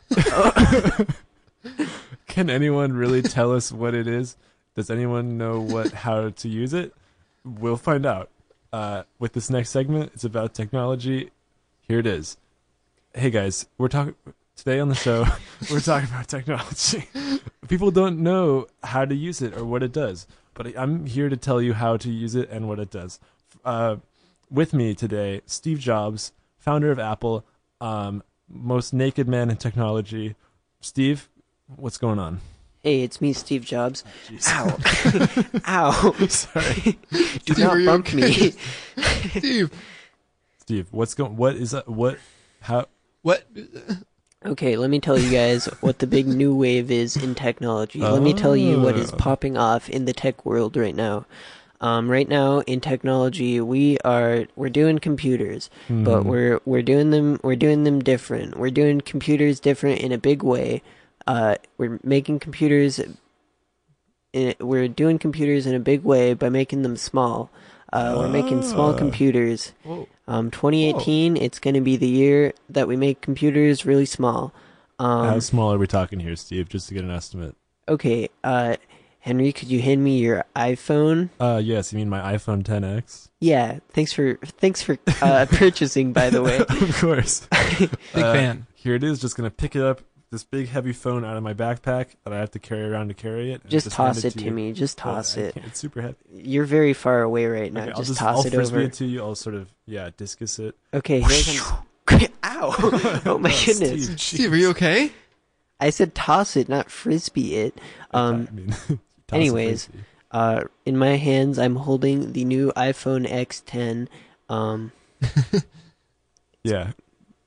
B: Can anyone really tell us what it is? Does anyone know what how to use it? We'll find out. Uh, with this next segment, it's about technology. Here it is. Hey guys, we're talking today on the show. we're talking about technology. People don't know how to use it or what it does, but I- I'm here to tell you how to use it and what it does. Uh, with me today, Steve Jobs, founder of Apple, um, most naked man in technology. Steve, what's going on?
A: This. Hey, it's me, Steve Jobs.
C: Oh,
A: Ow. Ow.
B: Sorry,
A: Do
C: Steve, are
A: not
C: you
A: bump
C: okay?
A: me.
C: Steve,
B: Steve, what's going? What is that? What? How?
C: what?
A: Okay, let me tell you guys what the big new wave is in technology. Let me tell you what is
B: Oh.
A: popping off in the tech world right now. Um, right now in technology, we are we're doing computers,
B: hmm,
A: but we're we're doing them we're doing them different. We're doing computers different in a big way. Uh, we're making computers. In, we're doing computers in a big way by making them small. Uh, We're making small
B: Ah.
A: computers.
C: Whoa.
A: Um, 2018, it's going to be the year that we make computers really small.
B: how
A: Um,
B: small are we talking here, Steve? Just to get an estimate.
A: okay, uh, Henry, could you hand me your iPhone?
B: Uh, yes, you mean my iPhone 10x?
A: Yeah, thanks for thanks for uh, purchasing. By the way,
B: of course.
C: Big
B: Uh,
C: fan.
B: Here it is. Just gonna pick it up. This big heavy phone out of my backpack that I have to carry around to carry it. and
A: just,
B: hand
A: toss it to,
B: you.
A: me. Just
B: Uh,
A: toss
B: I
A: it.
B: can't, It's super heavy.
A: You're very far away right now.
B: Okay, I'll
A: just,
B: just
A: toss
B: I'll
A: it
B: frisbee
A: over.
B: it to you. I'll sort of yeah discus it.
A: Okay, here comes. Ow! Oh my
B: Oh,
A: goodness!
B: Steve,
C: Steve, are you okay?
A: I said toss it, not frisbee it. Um,
B: I mean, toss it
A: anyways,
B: frisbee.
A: Uh, in my hands, I'm holding the new iPhone X10. Um,
B: yeah,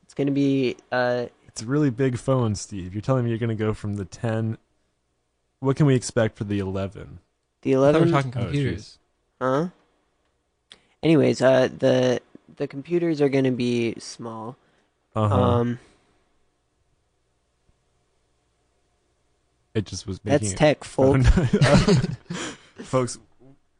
A: it's gonna be uh,
B: it's a really big phone, Steve. You're telling me you're going to go from the 10. What can we expect for the 11?
A: the
C: I thought we
A: 11.
C: were talking
B: Oh,
C: computers.
A: huh? Anyways, uh, the the computers are gonna be small.
B: Uh-huh.
A: Um,
B: it just was making
A: that's
B: it-
A: tech, folks.
B: folks.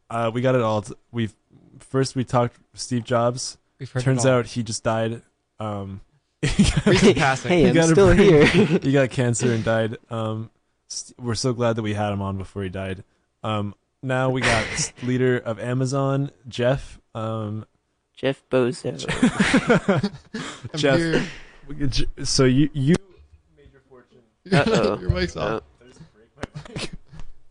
B: Uh, we got it all. We've first we talked Steve Jobs.
C: We've heard it
B: Turns
C: all.
B: out he just died. Um,
C: Recent passing.
A: hey,
B: You
A: I'm
B: gotta
A: still
B: bring-
A: here.
B: he got cancer and died. Um, st- we're so glad that we had him on before he died. Um, now we got leader of Amazon, Jeff. Um,
A: Jeff Bozo.
C: I'm
B: Jeff,
C: here.
B: we could j- so you you made your fortune.
A: Uh-oh.
C: Your mic's off.
A: Oh,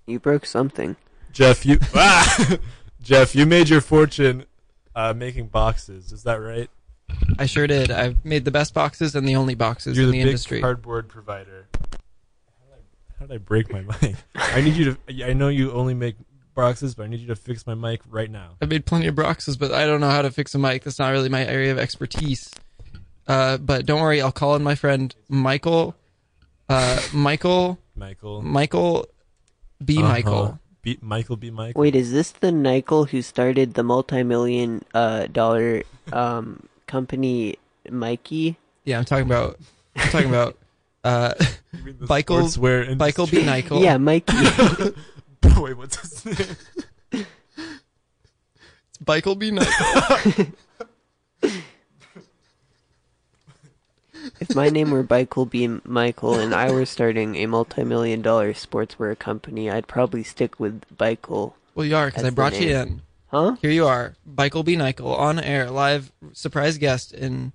A: you broke something.
B: Jeff, you ah! Jeff, you made your fortune uh, making boxes. Is that right?
C: I sure did. I've made the best boxes and the only boxes
B: You're
C: in
B: the,
C: the,
B: big
C: industry.
B: cardboard provider. How did I break my mic? I need you to. I know you only make boxes, but I need you to fix my mic right now.
C: I've made plenty of boxes, but I don't know how to fix a mic. That's not really my area of expertise. Uh, but don't worry, I'll call in my friend Michael. Uh, Michael,
B: Michael.
C: Michael, B.
B: Uh-huh.
C: Michael.
B: Be, Michael be Michael.
A: Wait, is this the Nykel who started the multi-million uh, dollar um, company Mikey?
C: Yeah, I'm talking about. I'm talking about. Uh, Michael-
B: Sportswear
C: Michael B. Michael.
A: Yeah, Mikey.
B: industry. Wait, what's his name?
C: It's Michael B. Michael.
A: if my name were Michael B. Michael and I were starting a multi-million dollar sportswear company, I'd probably stick with Michael.
C: well, you are because I
A: That's the
C: brought you
A: name.
C: in.
A: Huh?
C: Here you are, Michael B. Michael, on air, live surprise guest in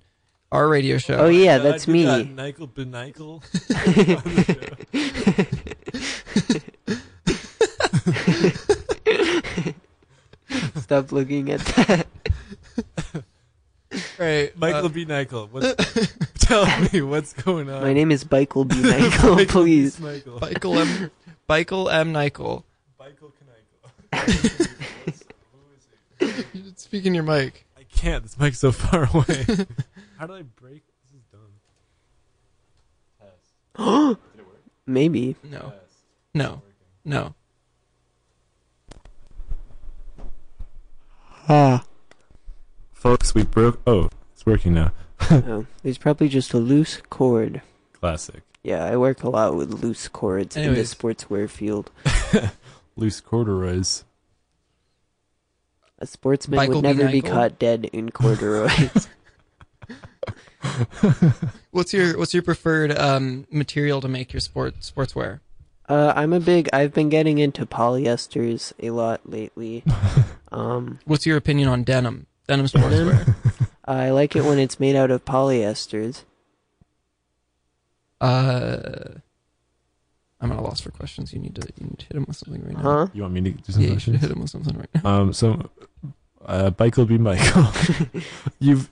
C: our radio show.
A: Oh, yeah,
B: God,
A: that's
B: you
A: me.
B: got Michael B. Michael.
A: Stop looking at that.
C: right,
B: Michael
C: uh,
B: B. Michael. What's, tell me what's going on.
A: My name is Michael B.
C: Oh,
A: Michael,
B: Michael B.
A: please.
B: Michael.
C: Michael M. Michael M. Michael.
B: Michael Knikel.
C: You should Speak in your mic.
B: I can't. This mic's so far away. How did I break? This is dumb.
A: Maybe.
C: No. No. No.
A: Ah.
B: Folks, we broke. Oh, it's working now.
A: Oh, there's probably just a loose cord.
B: Classic.
A: Yeah, I work a lot with loose cords in the
C: Anyways.
A: sportswear field.
B: Loose corduroys.
A: A sportsman
C: Michael
A: would
C: B.
A: never be
C: Michael?
A: caught dead in corduroys.
C: What's your What's your preferred um, material to make your sport sportswear?
A: uh, I'm a big. I've been getting into polyesters a lot lately. Um,
C: What's your opinion on denim? Denim sportswear.
A: I like it when it's made out of polyesters.
C: uh, I'm at a loss for questions. You need to You need to hit him with something right now.
A: Huh?
B: You want me to do some
C: Yeah, you should
B: questions?
C: hit him with something right now.
B: Um, so, uh, Michael B. Michael, you've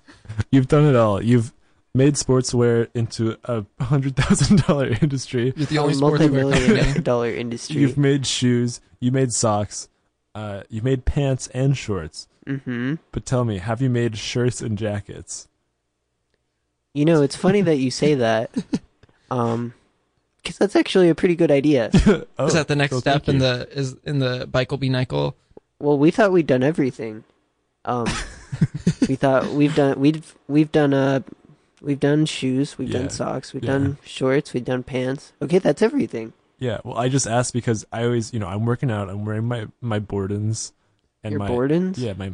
B: you've done it all. You've made sportswear into a hundred thousand dollar industry.
C: You're the
A: A
C: only sportswear company.
A: multi-million dollar industry.
B: You've made shoes. You made socks. Uh, you made pants and shorts.
A: Mm-hmm.
B: But tell me, have you made shirts and jackets?
A: You know, it's funny that you say that. Um, because that's actually a pretty good idea.
B: Oh,
C: is that the next
B: well,
C: step
B: thank
C: in
B: you.
C: the is in the Michael B. Michael?
A: Well, we thought we'd done everything. Um, we thought we've done we've we've done uh we've done shoes, we've
B: Yeah.
A: done socks, we've
B: Yeah.
A: done shorts, we've done pants. Okay, that's everything.
B: Yeah, well, I just asked because I always, you know, I'm working out. I'm wearing my my Bordens and
A: your
B: my
A: Bordens.
B: yeah my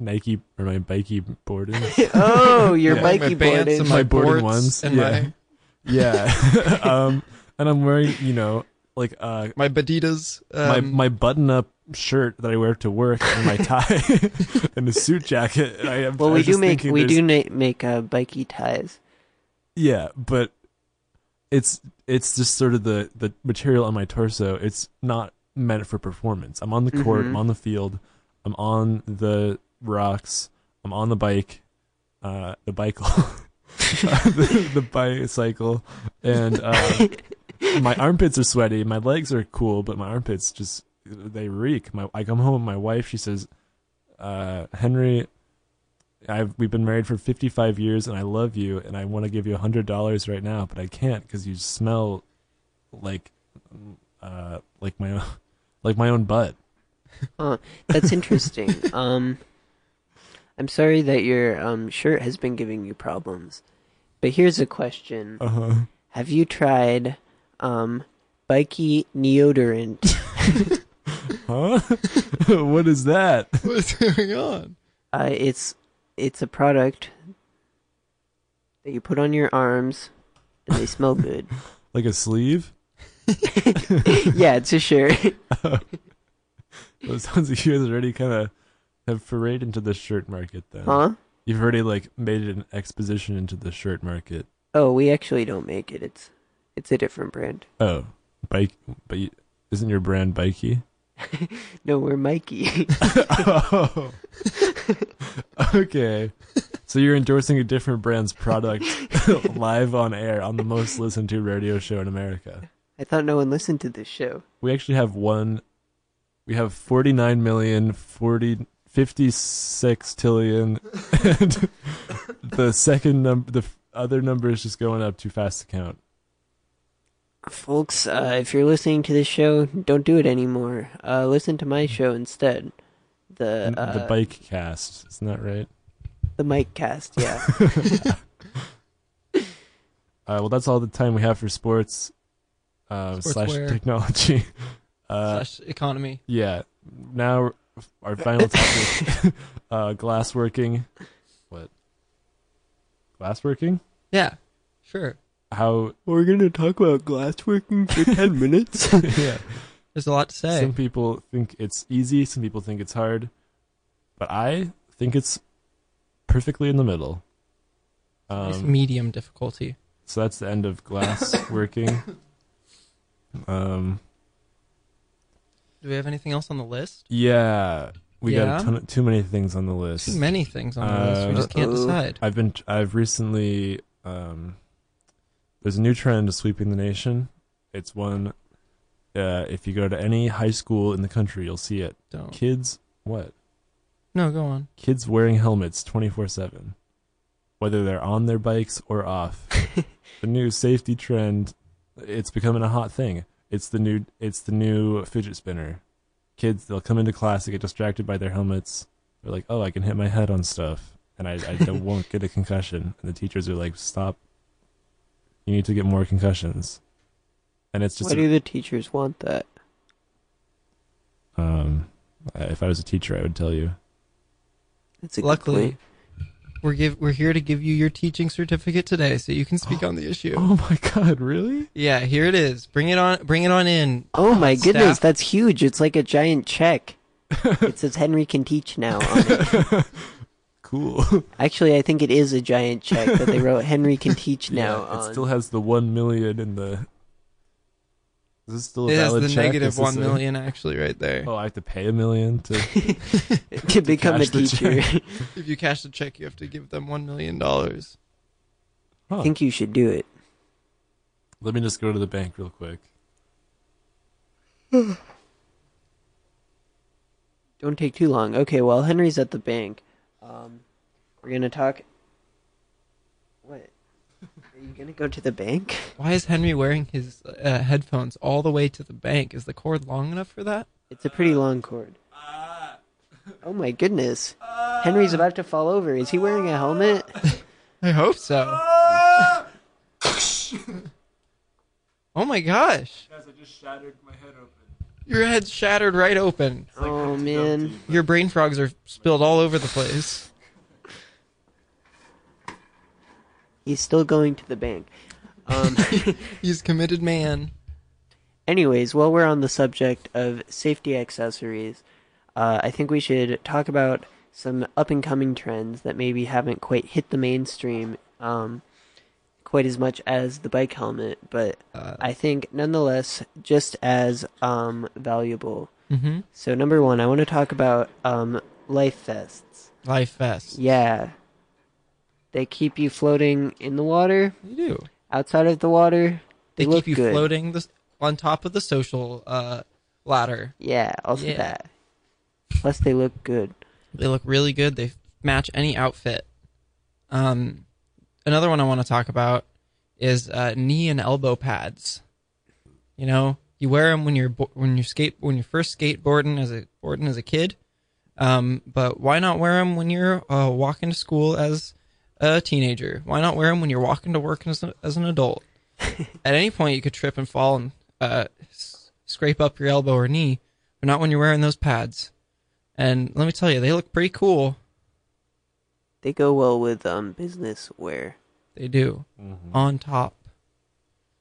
B: Nike or my bikey Bordens.
A: oh, your
B: Yeah.
A: bikey
C: pants
A: Borden.
C: and
B: My
C: my,
B: boarded
C: boards
B: ones,
C: and
B: yeah.
C: my
B: yeah, um, and I'm wearing, you know, like uh,
C: my Baditas.
B: my
C: Um,
B: my button up shirt that I wear to work and my tie and a suit jacket. And I am,
A: well,
B: I
A: we
B: was
A: do
B: just
A: make
B: thinking
A: we
B: there's-
A: do na- make uh, bikey ties.
B: yeah, but it's it's just sort of the the material on my torso. It's not meant for performance. I'm on the court. I'm
A: Mhm.
B: on the field. I'm on the rocks. I'm on the bike. Uh, the bike. the, the bicycle and uh, my armpits are sweaty my legs are cool but my armpits just they reek my i come home my wife she says uh, henry I've we've been married for 55 years and I love you and I want to give you $100 right now but I can't cuz you smell like uh like my own like my own butt.
A: Huh. That's interesting. um, I'm sorry that your um shirt has been giving you problems, but here's a question.
B: Uh-huh.
A: Have you tried um bikey neodorant?
B: Huh? what is that?
C: what's going on?
A: Uh, it's it's a product that you put on your arms and they smell good.
B: Like a sleeve?
A: yeah, it's a shirt.
B: Well, it sounds like you guys already kind of have forayed into the shirt market then.
A: huh?
B: You've already like made an exposition into the shirt market.
A: Oh, we actually don't make it. It's it's a different brand.
B: Oh, bike but you, isn't your brand bikey?
A: No, we're Mikey.
B: oh. okay. So you're endorsing a different brand's product live on air on the most listened to radio show in America.
A: I thought no one listened to this show.
B: We actually have one. We have 49 million, 40, 56 tillion. And the second number, the f- other number is just going up too fast to count.
A: Folks, uh, if you're listening to this show, don't do it anymore. Uh, listen to my show instead. The uh,
B: the bike cast, isn't that right?
A: the mic cast, yeah.
B: Uh, well, that's all the time we have for sports uh, slash
C: Sportswear.
B: technology. Uh,
C: slash economy.
B: yeah. Now our final topic: uh, glassworking. What? Glassworking?
C: Yeah, sure.
B: How?
A: We're gonna talk about glassworking for ten minutes.
B: Yeah.
C: There's a lot to say.
B: Some people think it's easy. Some people think it's hard. But I think it's perfectly in the middle.
C: Nice
B: Um,
C: medium difficulty.
B: so that's the end of glass working. Um,
C: Do we have anything else on the list?
B: Yeah, we got
C: Yeah?
B: a ton too many things on the list.
C: Too many things on the list. We just can't
A: Uh-oh.
C: decide.
B: I've been. I've recently. Um, there's a new trend sweeping the nation. It's one. Uh, if you go to any high school in the country, you'll see it.
C: Don't.
B: Kids, what?
C: No, go on.
B: Kids wearing helmets 24 seven, whether they're on their bikes or off. the new safety trend. It's becoming a hot thing. It's the new. It's the new fidget spinner. Kids, they'll come into class, they get distracted by their helmets. They're like, "Oh, I can hit my head on stuff, and I, I don't- won't get a concussion." And the teachers are like, "Stop! You need to get more concussions." And it's just
A: Why
B: a-
A: do the teachers want that?
B: um, if I was a teacher, I would tell you.
A: That's a good
C: Luckily,
A: point.
C: we're give we're here to give you your teaching certificate today, so you can speak on the issue.
B: Oh my god, really?
C: Yeah, here it is. Bring it on. Bring it on in.
A: Oh my
C: Staff-
A: goodness, that's huge! It's like a giant check. it says Henry can teach now. On it.
B: Cool.
A: Actually, I think it is a giant check that they wrote Henry can teach now. um,
B: Yeah,
A: on.
B: it still has the one million in the. Is this still a
C: It has
B: valid
C: the
B: check?
C: negative
B: Is this
C: one
B: a-
C: million actually right there.
B: Oh, I have to pay a million to.
A: to become a
B: cash the
A: teacher.
C: If you cash the check, you have to give them one million dollars.
A: I think you should do it.
B: Let me just go to the bank real quick.
A: Don't take too long. Okay, while Henry's at the bank, um, we're gonna talk. What? Are you gonna go to the bank?
C: Why is Henry wearing his uh, headphones all the way to the bank? Is the cord long enough for that?
A: It's a pretty long cord. Oh my goodness! Henry's about to fall over. Is he wearing a helmet?
C: I hope so. oh my gosh,
B: Guys, I just shattered my head open.
C: your head's shattered right open.
A: Oh man!
C: Your brain frogs are spilled all over the place.
A: He's still going to the bank. Um.
C: He's a committed man.
A: Anyways, while we're on the subject of safety accessories, uh, I think we should talk about some up and coming trends that maybe haven't quite hit the mainstream um, quite as much as the bike helmet, but
C: Uh,
A: I think nonetheless just as um, valuable.
C: Mm-hmm.
A: So, number one, I want to talk about um, life vests.
C: Life vests.
A: Yeah. They keep you floating in the water,
C: They do.
A: outside of the water.
C: They,
A: They, look
C: keep you
A: good.
C: floating the, on top of the social uh, ladder.
A: Yeah, also
C: Yeah.
A: that. Plus, they look good.
C: They look really good. They match any outfit. Um, another one I want to talk about is uh, knee and elbow pads. You know, you wear them when you're bo- when you skate when you're first skateboarding as a boarding as a kid. Um, but why not wear them when you're uh, walking to school as a teenager? Why not wear them when you're walking to work as, a, as an adult? At any point, you could trip and fall and uh, s- scrape up your elbow or knee, but not when you're wearing those pads. And let me tell you, they look pretty cool.
A: They go well with um business wear.
C: They do on top,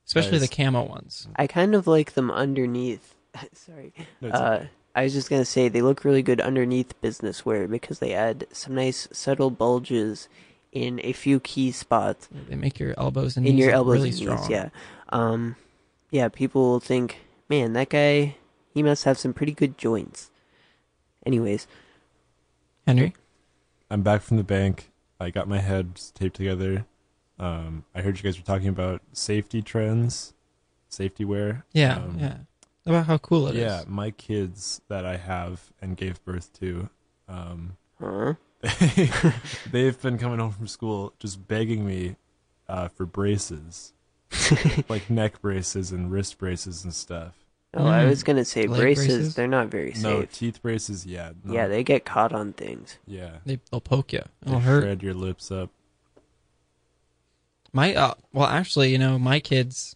C: especially
B: Mm-hmm. Nice.
C: the camo ones.
A: I kind of like them underneath. Sorry.
B: No, it's
A: Uh, I was just gonna say they look really good underneath business wear because they add some nice subtle bulges in a few key spots
C: They make your elbows and
A: in
C: knees
A: your
C: look
A: elbows
C: really
A: and
C: strong.
A: knees. Yeah. Um, yeah. People will think, man, that guy, he must have some pretty good joints. Anyways,
C: Henry,
B: I'm back from the bank. I got my head taped together. Um, I heard you guys were talking about safety trends, safety wear.
C: Yeah,
B: Um,
C: yeah. About how cool it is.
B: yeah, my kids that I have and gave birth to, um,
A: Huh?
B: they've been coming home from school just begging me uh, for braces, like neck braces and wrist braces and stuff.
A: Oh, I
C: Mm.
A: was gonna say
C: Leg
A: braces.
C: braces?
A: They're not very
B: No
A: safe.
B: teeth braces, yeah. no.
A: Yeah, they get caught on things.
B: yeah.
C: They, they'll poke you.
B: They
C: It'll hurt.
B: shred your lips up.
C: My uh, well, actually, you know, my kids.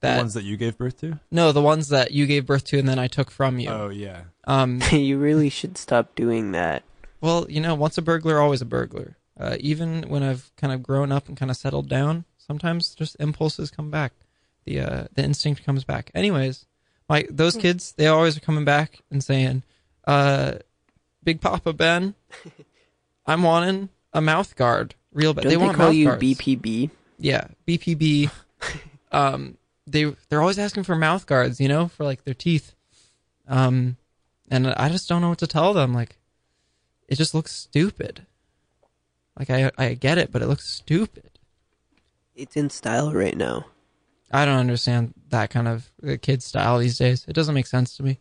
C: That
B: the ones that you gave birth to?
C: no, the ones that you gave birth to and then I took from you.
B: Oh yeah.
C: Um,
A: you really should stop doing that.
C: well, you know, once a burglar, always a burglar. Uh, even when I've kind of grown up and kind of settled down, sometimes just impulses come back. The uh, the instinct comes back. Anyways, my those
A: Hmm.
C: kids, they always are coming back and saying, uh, "Big Papa Ben, I'm wanting a mouth guard, real bad."
A: Don't they,
C: want
A: call
C: mouth
A: you
C: guards.
A: BPB?
C: yeah bpb um they they're always asking for mouth guards you know for like their teeth um and i just don't know what to tell them like it just looks stupid like i i get it but it looks stupid
A: It's in style right now.
C: i don't understand that kind of uh, kid style these days it doesn't make sense to me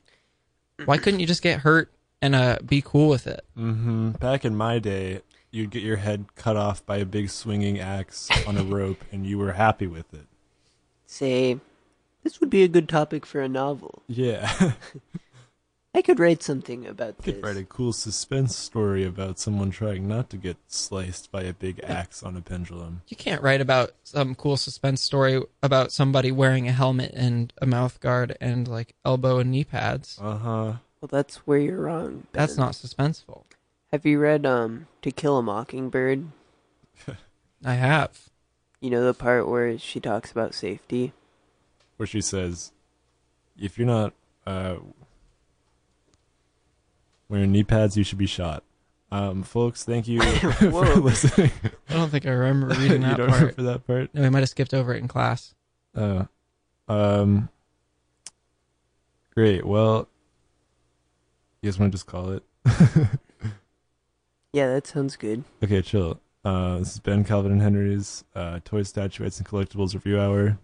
C: why couldn't you just get hurt and uh be cool with it
B: Mm-hmm. Back in my day, you'd get your head cut off by a big swinging axe on a rope, and you were happy with it.
A: Say, this would be a good topic for a novel.
B: Yeah.
A: I could write something about
B: could
A: this.
B: write a cool suspense story about someone trying not to get sliced by a big axe on a pendulum.
C: you can't write about some cool suspense story about somebody wearing a helmet and a mouth guard and like elbow and knee pads
B: Uh
C: Uh-huh.
B: huh.
A: Well, that's where you're wrong. Ben.
C: That's not suspenseful.
A: Have you read um To Kill a Mockingbird?
C: I have.
A: You know the part where she talks about safety.
B: Where she says, "If you're not uh, wearing knee pads, you should be shot." Um, folks, thank you for
A: Whoa.
B: listening.
C: I don't think I remember reading
B: you
C: that
B: don't
C: part.
B: remember that part?
C: No, we might have skipped over it in class.
B: Oh. Um. Great. Well, you guys want to just call it?
A: Yeah, that sounds good.
B: Okay, chill. Uh, this is Ben Calvin and Henry's uh, Toy Statuettes and Collectibles Review Hour.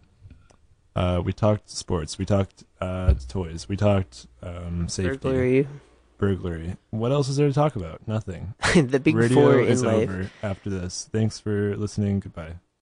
B: Uh, we talked sports. We talked uh, toys. We talked um, safety.
A: Burglary.
B: Burglary. What else is there to talk about? Nothing.
A: the big
B: Radio
A: four in
B: is
A: life.
B: over after this. Thanks for listening. Goodbye.